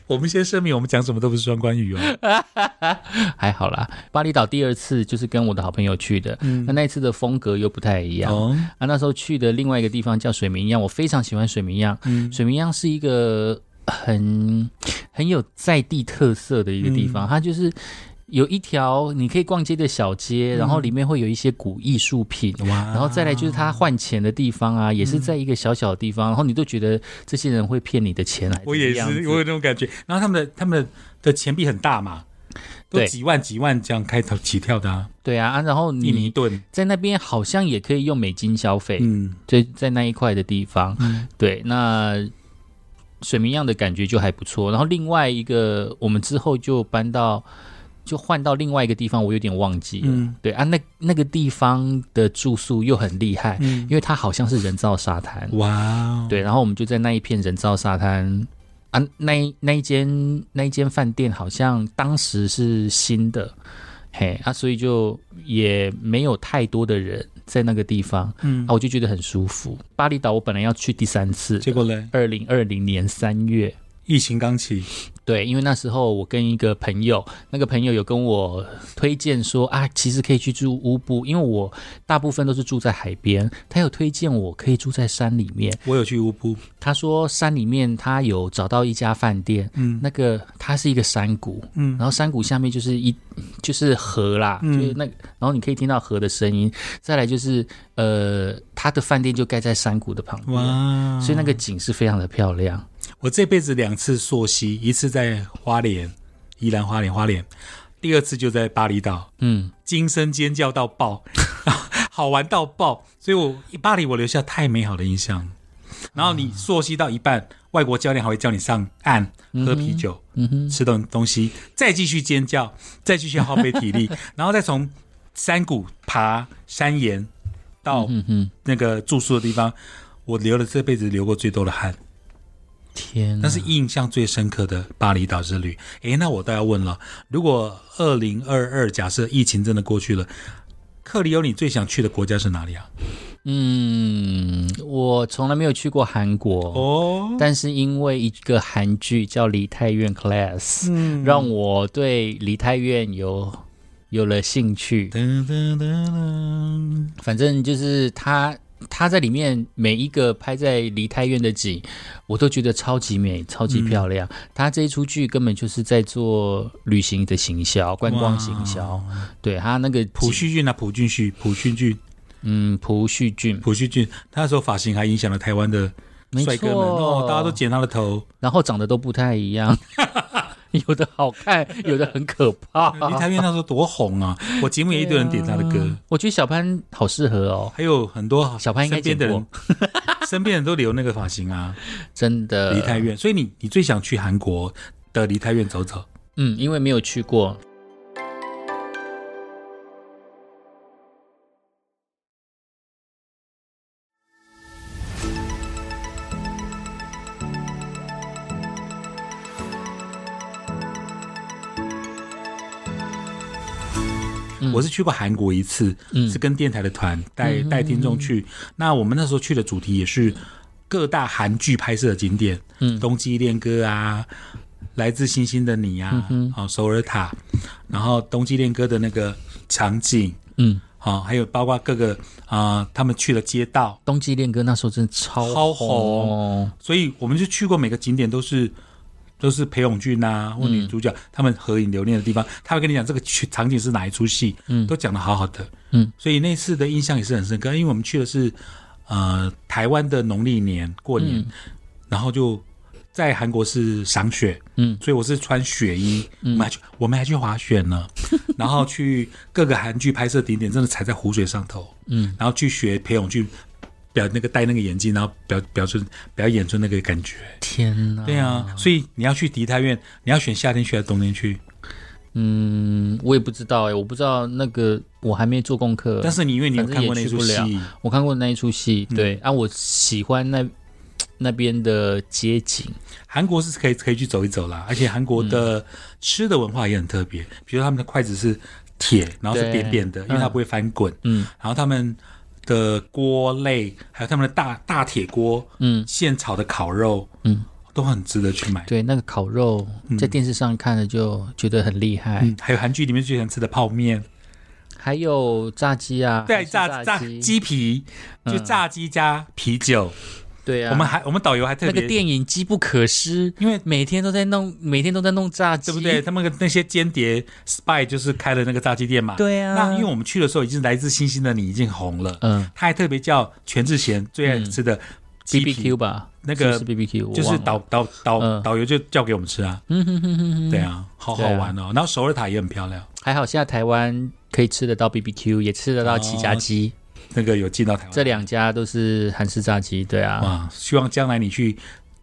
[SPEAKER 2] 我们先声明，我们讲什么都不是双关语
[SPEAKER 1] 哎
[SPEAKER 2] 哦。
[SPEAKER 1] 还好啦，巴厘岛第二次就是跟我的好朋友去的，那那一次的风格又不太一样。
[SPEAKER 2] 嗯哦，
[SPEAKER 1] 啊，那时候去的另外一个地方叫水明漾，我非常喜欢水明漾。
[SPEAKER 2] 嗯
[SPEAKER 1] 水明漾是一个很很有在地特色的一个地
[SPEAKER 2] 嗯
[SPEAKER 1] 方，它就是。有一条你可以逛街的小
[SPEAKER 2] 嗯
[SPEAKER 1] 街，然后里面会有一些古艺术品，
[SPEAKER 2] 哇，
[SPEAKER 1] 然后再来就是它换钱的地方
[SPEAKER 2] 嗯
[SPEAKER 1] 啊，也是在一个小小的地方，然后你都觉得这些人会骗你的钱来，
[SPEAKER 2] 我也
[SPEAKER 1] 这个样
[SPEAKER 2] 是，
[SPEAKER 1] 子
[SPEAKER 2] 我有那种感觉。然后他们的他们的钱币很大嘛，都
[SPEAKER 1] 对
[SPEAKER 2] 几万几万这样开头起跳的、啊，
[SPEAKER 1] 对啊，啊然后
[SPEAKER 2] 印尼
[SPEAKER 1] 你
[SPEAKER 2] 盾，
[SPEAKER 1] 在那边好像也可以用美金消费，
[SPEAKER 2] 嗯，
[SPEAKER 1] 在在那一块的地方，
[SPEAKER 2] 嗯
[SPEAKER 1] 对，那水明漾的感觉就还不错。然后另外一个，我们之后就搬到，就换到另外一个地方，我有点忘记了。
[SPEAKER 2] 嗯
[SPEAKER 1] 对啊，那那个地方的住宿又很厉害，
[SPEAKER 2] 嗯
[SPEAKER 1] 因为它好像是人造沙滩。
[SPEAKER 2] 哇哦，
[SPEAKER 1] 对，然后我们就在那一片人造沙滩啊，那一那一间那一间饭店好像当时是新的，嘿啊，所以就也没有太多的人在那个地方，
[SPEAKER 2] 嗯
[SPEAKER 1] 啊，我就觉得很舒服。巴厘岛我本来要去第三次，
[SPEAKER 2] 结果嘞，
[SPEAKER 1] 二零二零年三月，
[SPEAKER 2] 疫情刚起，
[SPEAKER 1] 对，因为那时候我跟一个朋友，那个朋友有跟我推荐说啊，其实可以去住乌布，因为我大部分都是住在海边，他有推荐我可以住在山里面。
[SPEAKER 2] 我有去乌布，
[SPEAKER 1] 他说山里面他有找到一家饭店，嗯，那个它是一个山谷，嗯，然后山谷下面就是一就是河啦，就是那个，然后你可以听到河的声音。再来就是呃，他的饭店就盖在山谷的旁边，
[SPEAKER 2] 哇！哦
[SPEAKER 1] 所以那个景是非常的漂亮。
[SPEAKER 2] 我这辈子两次溯溪，一次在花莲，宜兰花莲花莲，第二次就在巴厘岛，
[SPEAKER 1] 嗯，
[SPEAKER 2] 惊声尖叫到爆， 好玩到爆，所以我巴黎我留下太美好的印象。然后你溯溪到一半，外国教练还会叫你上岸喝啤酒，
[SPEAKER 1] 嗯哼
[SPEAKER 2] 吃东东西，再继续尖叫，再继续耗费体 力，然后再从山谷爬山岩到
[SPEAKER 1] 嗯哼，
[SPEAKER 2] 那个住宿的地方，我流了这辈子流过最多的汗。
[SPEAKER 1] 天啊哪，
[SPEAKER 2] 那是印象最深刻的巴厘岛之旅。诶，那我倒要问了，如果二零二二假设疫情真的过去了，克里欧你最想去的国家是哪里啊？
[SPEAKER 1] 嗯，我从来没有去过韩国。
[SPEAKER 2] 哦，
[SPEAKER 1] 但是因为一个韩剧叫《梨泰院 Class》，让我对梨泰院有有了兴趣。
[SPEAKER 2] 噔噔噔噔，
[SPEAKER 1] 反正就是他他在里面每一个拍在梨泰院的景，我都觉得超级美、超级漂亮。
[SPEAKER 2] 嗯
[SPEAKER 1] 他这一出剧根本就是在做旅行的行销、观光行销。对他那个
[SPEAKER 2] 朴
[SPEAKER 1] 景，
[SPEAKER 2] 叙俊啊，朴俊旭，朴俊俊，
[SPEAKER 1] 嗯，朴叙俊，
[SPEAKER 2] 朴叙俊，他那时候发型还影响了台湾的
[SPEAKER 1] 没
[SPEAKER 2] 帅
[SPEAKER 1] 错，
[SPEAKER 2] 哥们哦，大家都剪他的头。
[SPEAKER 1] 然后长得都不太一 样，有的好看，有的很可怕。
[SPEAKER 2] 林台院那时候多红啊，我节目也一堆人点他的歌，
[SPEAKER 1] 嗯我觉得小潘好适合哦，
[SPEAKER 2] 还有很多
[SPEAKER 1] 小潘应该
[SPEAKER 2] 身边的人
[SPEAKER 1] 剪，
[SPEAKER 2] 身边人都 留那个发型啊。
[SPEAKER 1] 真的。
[SPEAKER 2] 梨泰院，所以你你最想去韩国的梨泰院走走。
[SPEAKER 1] 嗯，因为没有去过。嗯
[SPEAKER 2] 我是去过韩国一次，是跟电台的团带带听众去。那我们那时候去的主题也是各大韩剧拍摄的景点，
[SPEAKER 1] 嗯
[SPEAKER 2] 冬季恋歌》啊，《来自星星的你》啊，
[SPEAKER 1] 嗯
[SPEAKER 2] 好、首尔塔，然后《冬季恋歌》的那个场景，
[SPEAKER 1] 嗯，
[SPEAKER 2] 好、还有包括各个啊、呃他们去的街道，
[SPEAKER 1] 冬季恋歌那时候真的超
[SPEAKER 2] 超
[SPEAKER 1] 红
[SPEAKER 2] 红
[SPEAKER 1] 哦，
[SPEAKER 2] 所以我们就去过每个景点都是。都是裴勇俊啊，
[SPEAKER 1] 嗯
[SPEAKER 2] 或女主角、他们合影留念的地方，他会跟你讲这个去场景是哪一出戏，嗯，都讲的好好的，
[SPEAKER 1] 嗯，
[SPEAKER 2] 所以那次的印象也是很深刻，因为我们去的是呃台湾的农历年过年，
[SPEAKER 1] 嗯
[SPEAKER 2] 然后就在韩国是赏雪，
[SPEAKER 1] 嗯，
[SPEAKER 2] 所以我是穿雪衣，我们还去我们还去滑 雪呢，然后去各个韩剧拍摄景点，真的踩在湖水上头，
[SPEAKER 1] 嗯，
[SPEAKER 2] 然后去学裴勇俊表那个戴那个眼镜，然后表表出表演出那个感觉，
[SPEAKER 1] 天哪！
[SPEAKER 2] 对啊，所以你要去迪泰院，你要选夏天去还是冬天去？
[SPEAKER 1] 嗯，我也不知道哎、我不知道那个，我还没做功课。
[SPEAKER 2] 但是你因嗯为你有
[SPEAKER 1] 反正
[SPEAKER 2] 看过
[SPEAKER 1] 也
[SPEAKER 2] 那
[SPEAKER 1] 去
[SPEAKER 2] 出
[SPEAKER 1] 不了
[SPEAKER 2] 戏，
[SPEAKER 1] 我看过那一出戏，对、啊，我喜欢那那边的街景，
[SPEAKER 2] 韩国是可以可以去走一走啦，而且韩国
[SPEAKER 1] 嗯
[SPEAKER 2] 的吃的文化也很特别，比如他们的筷子是铁，然后是
[SPEAKER 1] 对
[SPEAKER 2] 扁扁的，因为它不会翻滚。
[SPEAKER 1] 嗯，
[SPEAKER 2] 然后他们的锅类，还有他们的大大铁锅，
[SPEAKER 1] 嗯，
[SPEAKER 2] 现炒的烤肉，
[SPEAKER 1] 嗯，
[SPEAKER 2] 都很值得去买。
[SPEAKER 1] 对，那个烤肉在电视上看了就觉得很厉害，
[SPEAKER 2] 嗯嗯，还有韩剧里面最喜欢吃的泡面，
[SPEAKER 1] 还有炸鸡啊，
[SPEAKER 2] 对，
[SPEAKER 1] 韩式
[SPEAKER 2] 炸炸
[SPEAKER 1] 鸡，嗯
[SPEAKER 2] 鸡皮，就炸鸡加啤酒。
[SPEAKER 1] 对啊，
[SPEAKER 2] 我们还我们导游还特
[SPEAKER 1] 那
[SPEAKER 2] 别
[SPEAKER 1] 个电影机不可失，
[SPEAKER 2] 因为
[SPEAKER 1] 每天都在弄，每天都在弄炸鸡，
[SPEAKER 2] 对不对？？他们那些间谍 spy 就是开了那个炸鸡店嘛。
[SPEAKER 1] 对啊
[SPEAKER 2] 那因为我们去的时候已经来自星星的你已经红了，
[SPEAKER 1] 嗯
[SPEAKER 2] 他还特别叫全智贤最爱吃的鸡
[SPEAKER 1] ，B
[SPEAKER 2] 皮
[SPEAKER 1] B Q 吧，
[SPEAKER 2] 那个
[SPEAKER 1] 是不是 B B Q，
[SPEAKER 2] 就是导导导
[SPEAKER 1] 嗯
[SPEAKER 2] 导游就叫给我们吃啊。
[SPEAKER 1] 嗯哼哼哼哼，
[SPEAKER 2] 对啊，好好
[SPEAKER 1] 对啊
[SPEAKER 2] 玩哦。然后首尔塔也很漂亮，
[SPEAKER 1] 还好现在台湾可以吃得到 B B Q，也吃得到起家鸡，
[SPEAKER 2] 那个有进到台湾。
[SPEAKER 1] 这两家都是韩式炸鸡，对啊，
[SPEAKER 2] 哦哇，希望将来你去。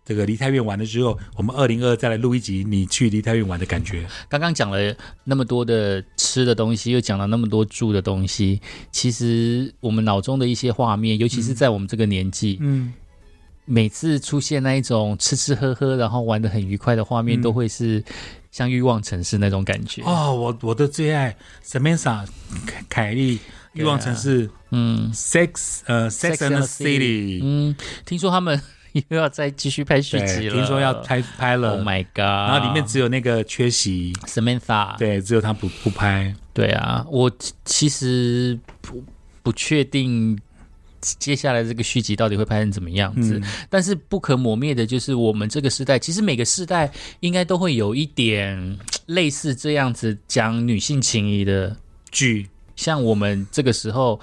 [SPEAKER 2] 这个梨泰院玩了之后，我们二零二再来录一集你去梨泰院玩的感觉。
[SPEAKER 1] 刚刚讲了那么多的吃的东西，又讲了那么多住的东西，其实我们脑中的一些画面，尤其是在我们这个年纪，
[SPEAKER 2] 嗯，
[SPEAKER 1] 每次出现那一种吃吃喝喝，然后玩得很愉快的画面，都会是像欲望城市那种感觉。
[SPEAKER 2] 嗯哦，我我的最爱 Samantha 凯凯莉欲望城市
[SPEAKER 1] 嗯
[SPEAKER 2] Sex 呃 Sex
[SPEAKER 1] Sex
[SPEAKER 2] and the
[SPEAKER 1] and the
[SPEAKER 2] City，
[SPEAKER 1] 嗯，听说他们又要再继续拍续集
[SPEAKER 2] 对，
[SPEAKER 1] 了。
[SPEAKER 2] 听说要拍拍了
[SPEAKER 1] Oh
[SPEAKER 2] ，Oh
[SPEAKER 1] my god！
[SPEAKER 2] 然
[SPEAKER 1] 然
[SPEAKER 2] 后里面只有那个缺席，
[SPEAKER 1] Samantha，
[SPEAKER 2] 对，只有他不不拍。
[SPEAKER 1] 对啊，我其其实不不确定接下来这个续集到底会拍成怎么样子，
[SPEAKER 2] 嗯
[SPEAKER 1] 但是不可磨灭的就是我们这个时代，其实每个时代应该都会有一点类似这样子讲女性情谊的，
[SPEAKER 2] 剧，
[SPEAKER 1] 像我们这个时候。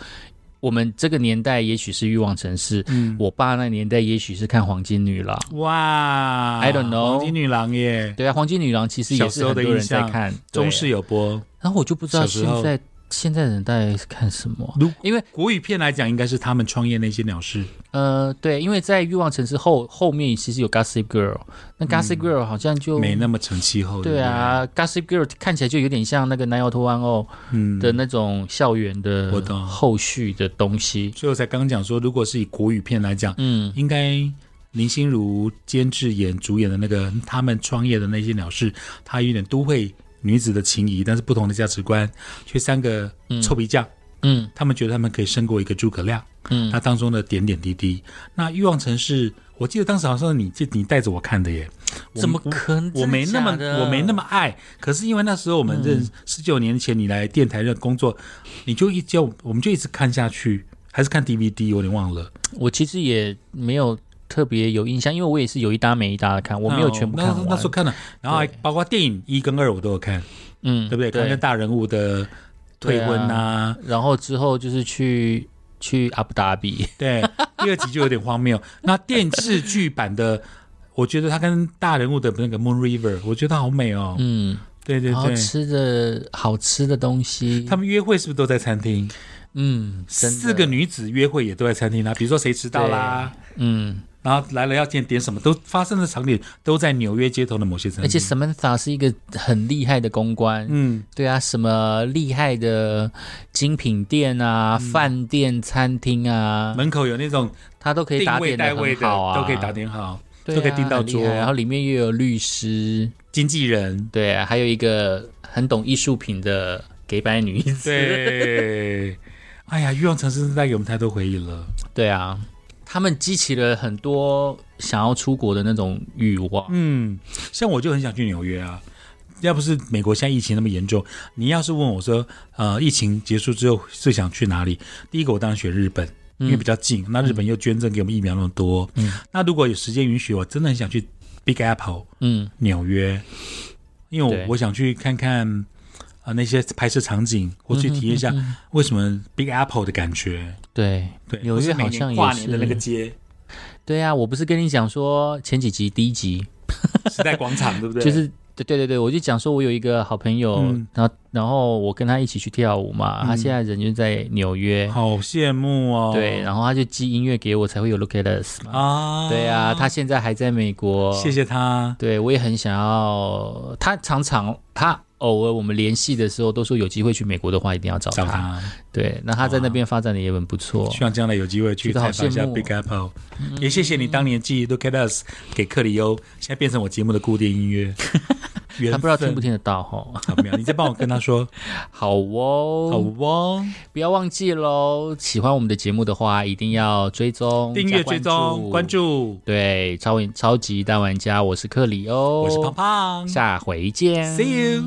[SPEAKER 1] 我们这个年代也许是欲望城市，
[SPEAKER 2] 嗯
[SPEAKER 1] 我爸那年代也许是看黄金女郎，
[SPEAKER 2] 哇
[SPEAKER 1] I don't know
[SPEAKER 2] 黄金女郎耶，
[SPEAKER 1] 对啊，黄金女郎其实也
[SPEAKER 2] 小时
[SPEAKER 1] 是
[SPEAKER 2] 候
[SPEAKER 1] 很
[SPEAKER 2] 的
[SPEAKER 1] 多人
[SPEAKER 2] 印
[SPEAKER 1] 在
[SPEAKER 2] 象
[SPEAKER 1] 看，对啊
[SPEAKER 2] 中视有播。
[SPEAKER 1] 然后我就不知道
[SPEAKER 2] 小时
[SPEAKER 1] 现
[SPEAKER 2] 候
[SPEAKER 1] 在现在人在看什么
[SPEAKER 2] 如，
[SPEAKER 1] 因为
[SPEAKER 2] 国语片来讲，应该是他们创业那些鸟事。
[SPEAKER 1] 呃，对，因为在《欲望城市后》后面其实有 Gossip Girl，那 Gossip Girl 好像就、
[SPEAKER 2] 嗯没那么成气
[SPEAKER 1] 嗯
[SPEAKER 2] 候。
[SPEAKER 1] 对啊，Gossip Girl 看起来就有点像那个 Nine o t One O
[SPEAKER 2] 不对，嗯，
[SPEAKER 1] 的那种校园
[SPEAKER 2] 我
[SPEAKER 1] 的
[SPEAKER 2] 懂
[SPEAKER 1] 后续的东西。
[SPEAKER 2] 所以我才刚讲说，如果是以国语片来讲，
[SPEAKER 1] 嗯，
[SPEAKER 2] 应该林心如监制演主演的那个他们创业的那些鸟事，它有点都会女子的情谊，但是不同的价值观，却三个臭皮匠，
[SPEAKER 1] 嗯
[SPEAKER 2] 他们觉得他们可以胜过一个诸葛亮。
[SPEAKER 1] 嗯
[SPEAKER 2] 它当中的点点滴滴，那欲望城市，我记得当时好像是你你带着我看的耶，我
[SPEAKER 1] 怎么可能？
[SPEAKER 2] 我没那么
[SPEAKER 1] 真的假的
[SPEAKER 2] 我没那么爱，可是因为那时候我们认十九年前你来电台认工作，你就一叫我们就一直看下去，还是看 DVD，我有点忘了。
[SPEAKER 1] 我其实也没有特别有印象，因为我也是有一搭没一搭的看，我没有全部看
[SPEAKER 2] 啊那
[SPEAKER 1] 完。
[SPEAKER 2] 嗯那时候看了，然后还包括电影一跟二我都有看，
[SPEAKER 1] 嗯，
[SPEAKER 2] 对不对？看那大人物的退
[SPEAKER 1] 对啊
[SPEAKER 2] 婚啊，
[SPEAKER 1] 然后之后就是去去阿布达比，
[SPEAKER 2] 对，第二集就有点荒谬。那电视剧版的，我觉得它跟大人物的那个 Moon River，我觉得好美哦。
[SPEAKER 1] 嗯，
[SPEAKER 2] 对对
[SPEAKER 1] 然后
[SPEAKER 2] 对，
[SPEAKER 1] 吃的好吃的东西，
[SPEAKER 2] 他们约会是不是都在餐厅？
[SPEAKER 1] 嗯，真的
[SPEAKER 2] 四个女子约会也都在餐厅啦，啊比如说谁迟到啦，
[SPEAKER 1] 嗯，
[SPEAKER 2] 然后来了要点点什么，都发生的场景都在纽约街头的某些餐
[SPEAKER 1] 而且
[SPEAKER 2] 厅。
[SPEAKER 1] Samantha 是一个很厉害的公关，
[SPEAKER 2] 嗯，
[SPEAKER 1] 对啊，什么厉害的精品店啊、
[SPEAKER 2] 嗯
[SPEAKER 1] 饭店、餐厅啊，
[SPEAKER 2] 门口有那种
[SPEAKER 1] 她都可以
[SPEAKER 2] 定
[SPEAKER 1] 打
[SPEAKER 2] 位
[SPEAKER 1] 点
[SPEAKER 2] 带
[SPEAKER 1] 的
[SPEAKER 2] 位
[SPEAKER 1] 很
[SPEAKER 2] 的，
[SPEAKER 1] 好啊，
[SPEAKER 2] 都可以打，点好。
[SPEAKER 1] 对啊、
[SPEAKER 2] 都可以订到
[SPEAKER 1] 很厉
[SPEAKER 2] 桌
[SPEAKER 1] 害然后里面又有律师，
[SPEAKER 2] 经纪人，
[SPEAKER 1] 对、啊，还有一个很懂艺术品的给白女 子，
[SPEAKER 2] 对，哎呀，欲望城市带给我们太多回忆了。
[SPEAKER 1] 对啊，他们激起了很多想要出国的那种欲望，
[SPEAKER 2] 嗯，像我就很想去纽约啊。要不是美国现在疫情那么严重，你要是问我说，呃，疫情结束之后最想去哪里？第一个我当然选日本，嗯
[SPEAKER 1] 嗯
[SPEAKER 2] 因为比较近。那日本又捐赠给我们疫苗那么多，嗯，那如果有时间允许，我真的很想去 Big Apple
[SPEAKER 1] 嗯
[SPEAKER 2] 纽约，因为
[SPEAKER 1] 对
[SPEAKER 2] 我我想去看看啊、呃那些拍摄场景，我
[SPEAKER 1] 嗯
[SPEAKER 2] 去体验一下为什么 Big Apple 的感觉。
[SPEAKER 1] 对，
[SPEAKER 2] 对，
[SPEAKER 1] 纽
[SPEAKER 2] 或是
[SPEAKER 1] 约
[SPEAKER 2] 每
[SPEAKER 1] 好
[SPEAKER 2] 年
[SPEAKER 1] 像也
[SPEAKER 2] 跨年的那个
[SPEAKER 1] 是
[SPEAKER 2] 街，
[SPEAKER 1] 对啊，我不是跟你讲说前几集第一集
[SPEAKER 2] 时代广场，对不对？
[SPEAKER 1] 就是对对对对，我就讲说我有一个好朋友，
[SPEAKER 2] 嗯
[SPEAKER 1] 然后然后我跟他一起去跳舞嘛，他现在人就在纽约，
[SPEAKER 2] 好羡慕哦。
[SPEAKER 1] 对，然后他就寄音乐给我，才会有 Look at Us 嘛。
[SPEAKER 2] 啊，
[SPEAKER 1] 对啊，他现在还在美国，
[SPEAKER 2] 谢。谢他。
[SPEAKER 1] 对，我也很想要。他常常他偶尔我们联系的时候，都说有机会去美国的话，一定要找
[SPEAKER 2] 找他，
[SPEAKER 1] 对，那他在那边发展的也很不错。
[SPEAKER 2] 希望将来有机会去
[SPEAKER 1] 觉得好
[SPEAKER 2] 采访一下
[SPEAKER 1] 羡慕哦
[SPEAKER 2] Big Apple，、也谢谢你当年寄 Look at Us 给克里欧，现在变成我节目的固定音乐。缘
[SPEAKER 1] 他
[SPEAKER 2] 分
[SPEAKER 1] 不知道听不听得到哈。
[SPEAKER 2] 好没有，你再帮我跟他说，
[SPEAKER 1] 好哦，
[SPEAKER 2] 好哦，
[SPEAKER 1] 不要忘记喽！喜欢我们的节目的话，一定要追踪、
[SPEAKER 2] 订阅、
[SPEAKER 1] 加
[SPEAKER 2] 追踪、关。注，
[SPEAKER 1] 对，超超级大玩家，我是克里哦，
[SPEAKER 2] 我是胖胖
[SPEAKER 1] 下回见
[SPEAKER 2] ，See you。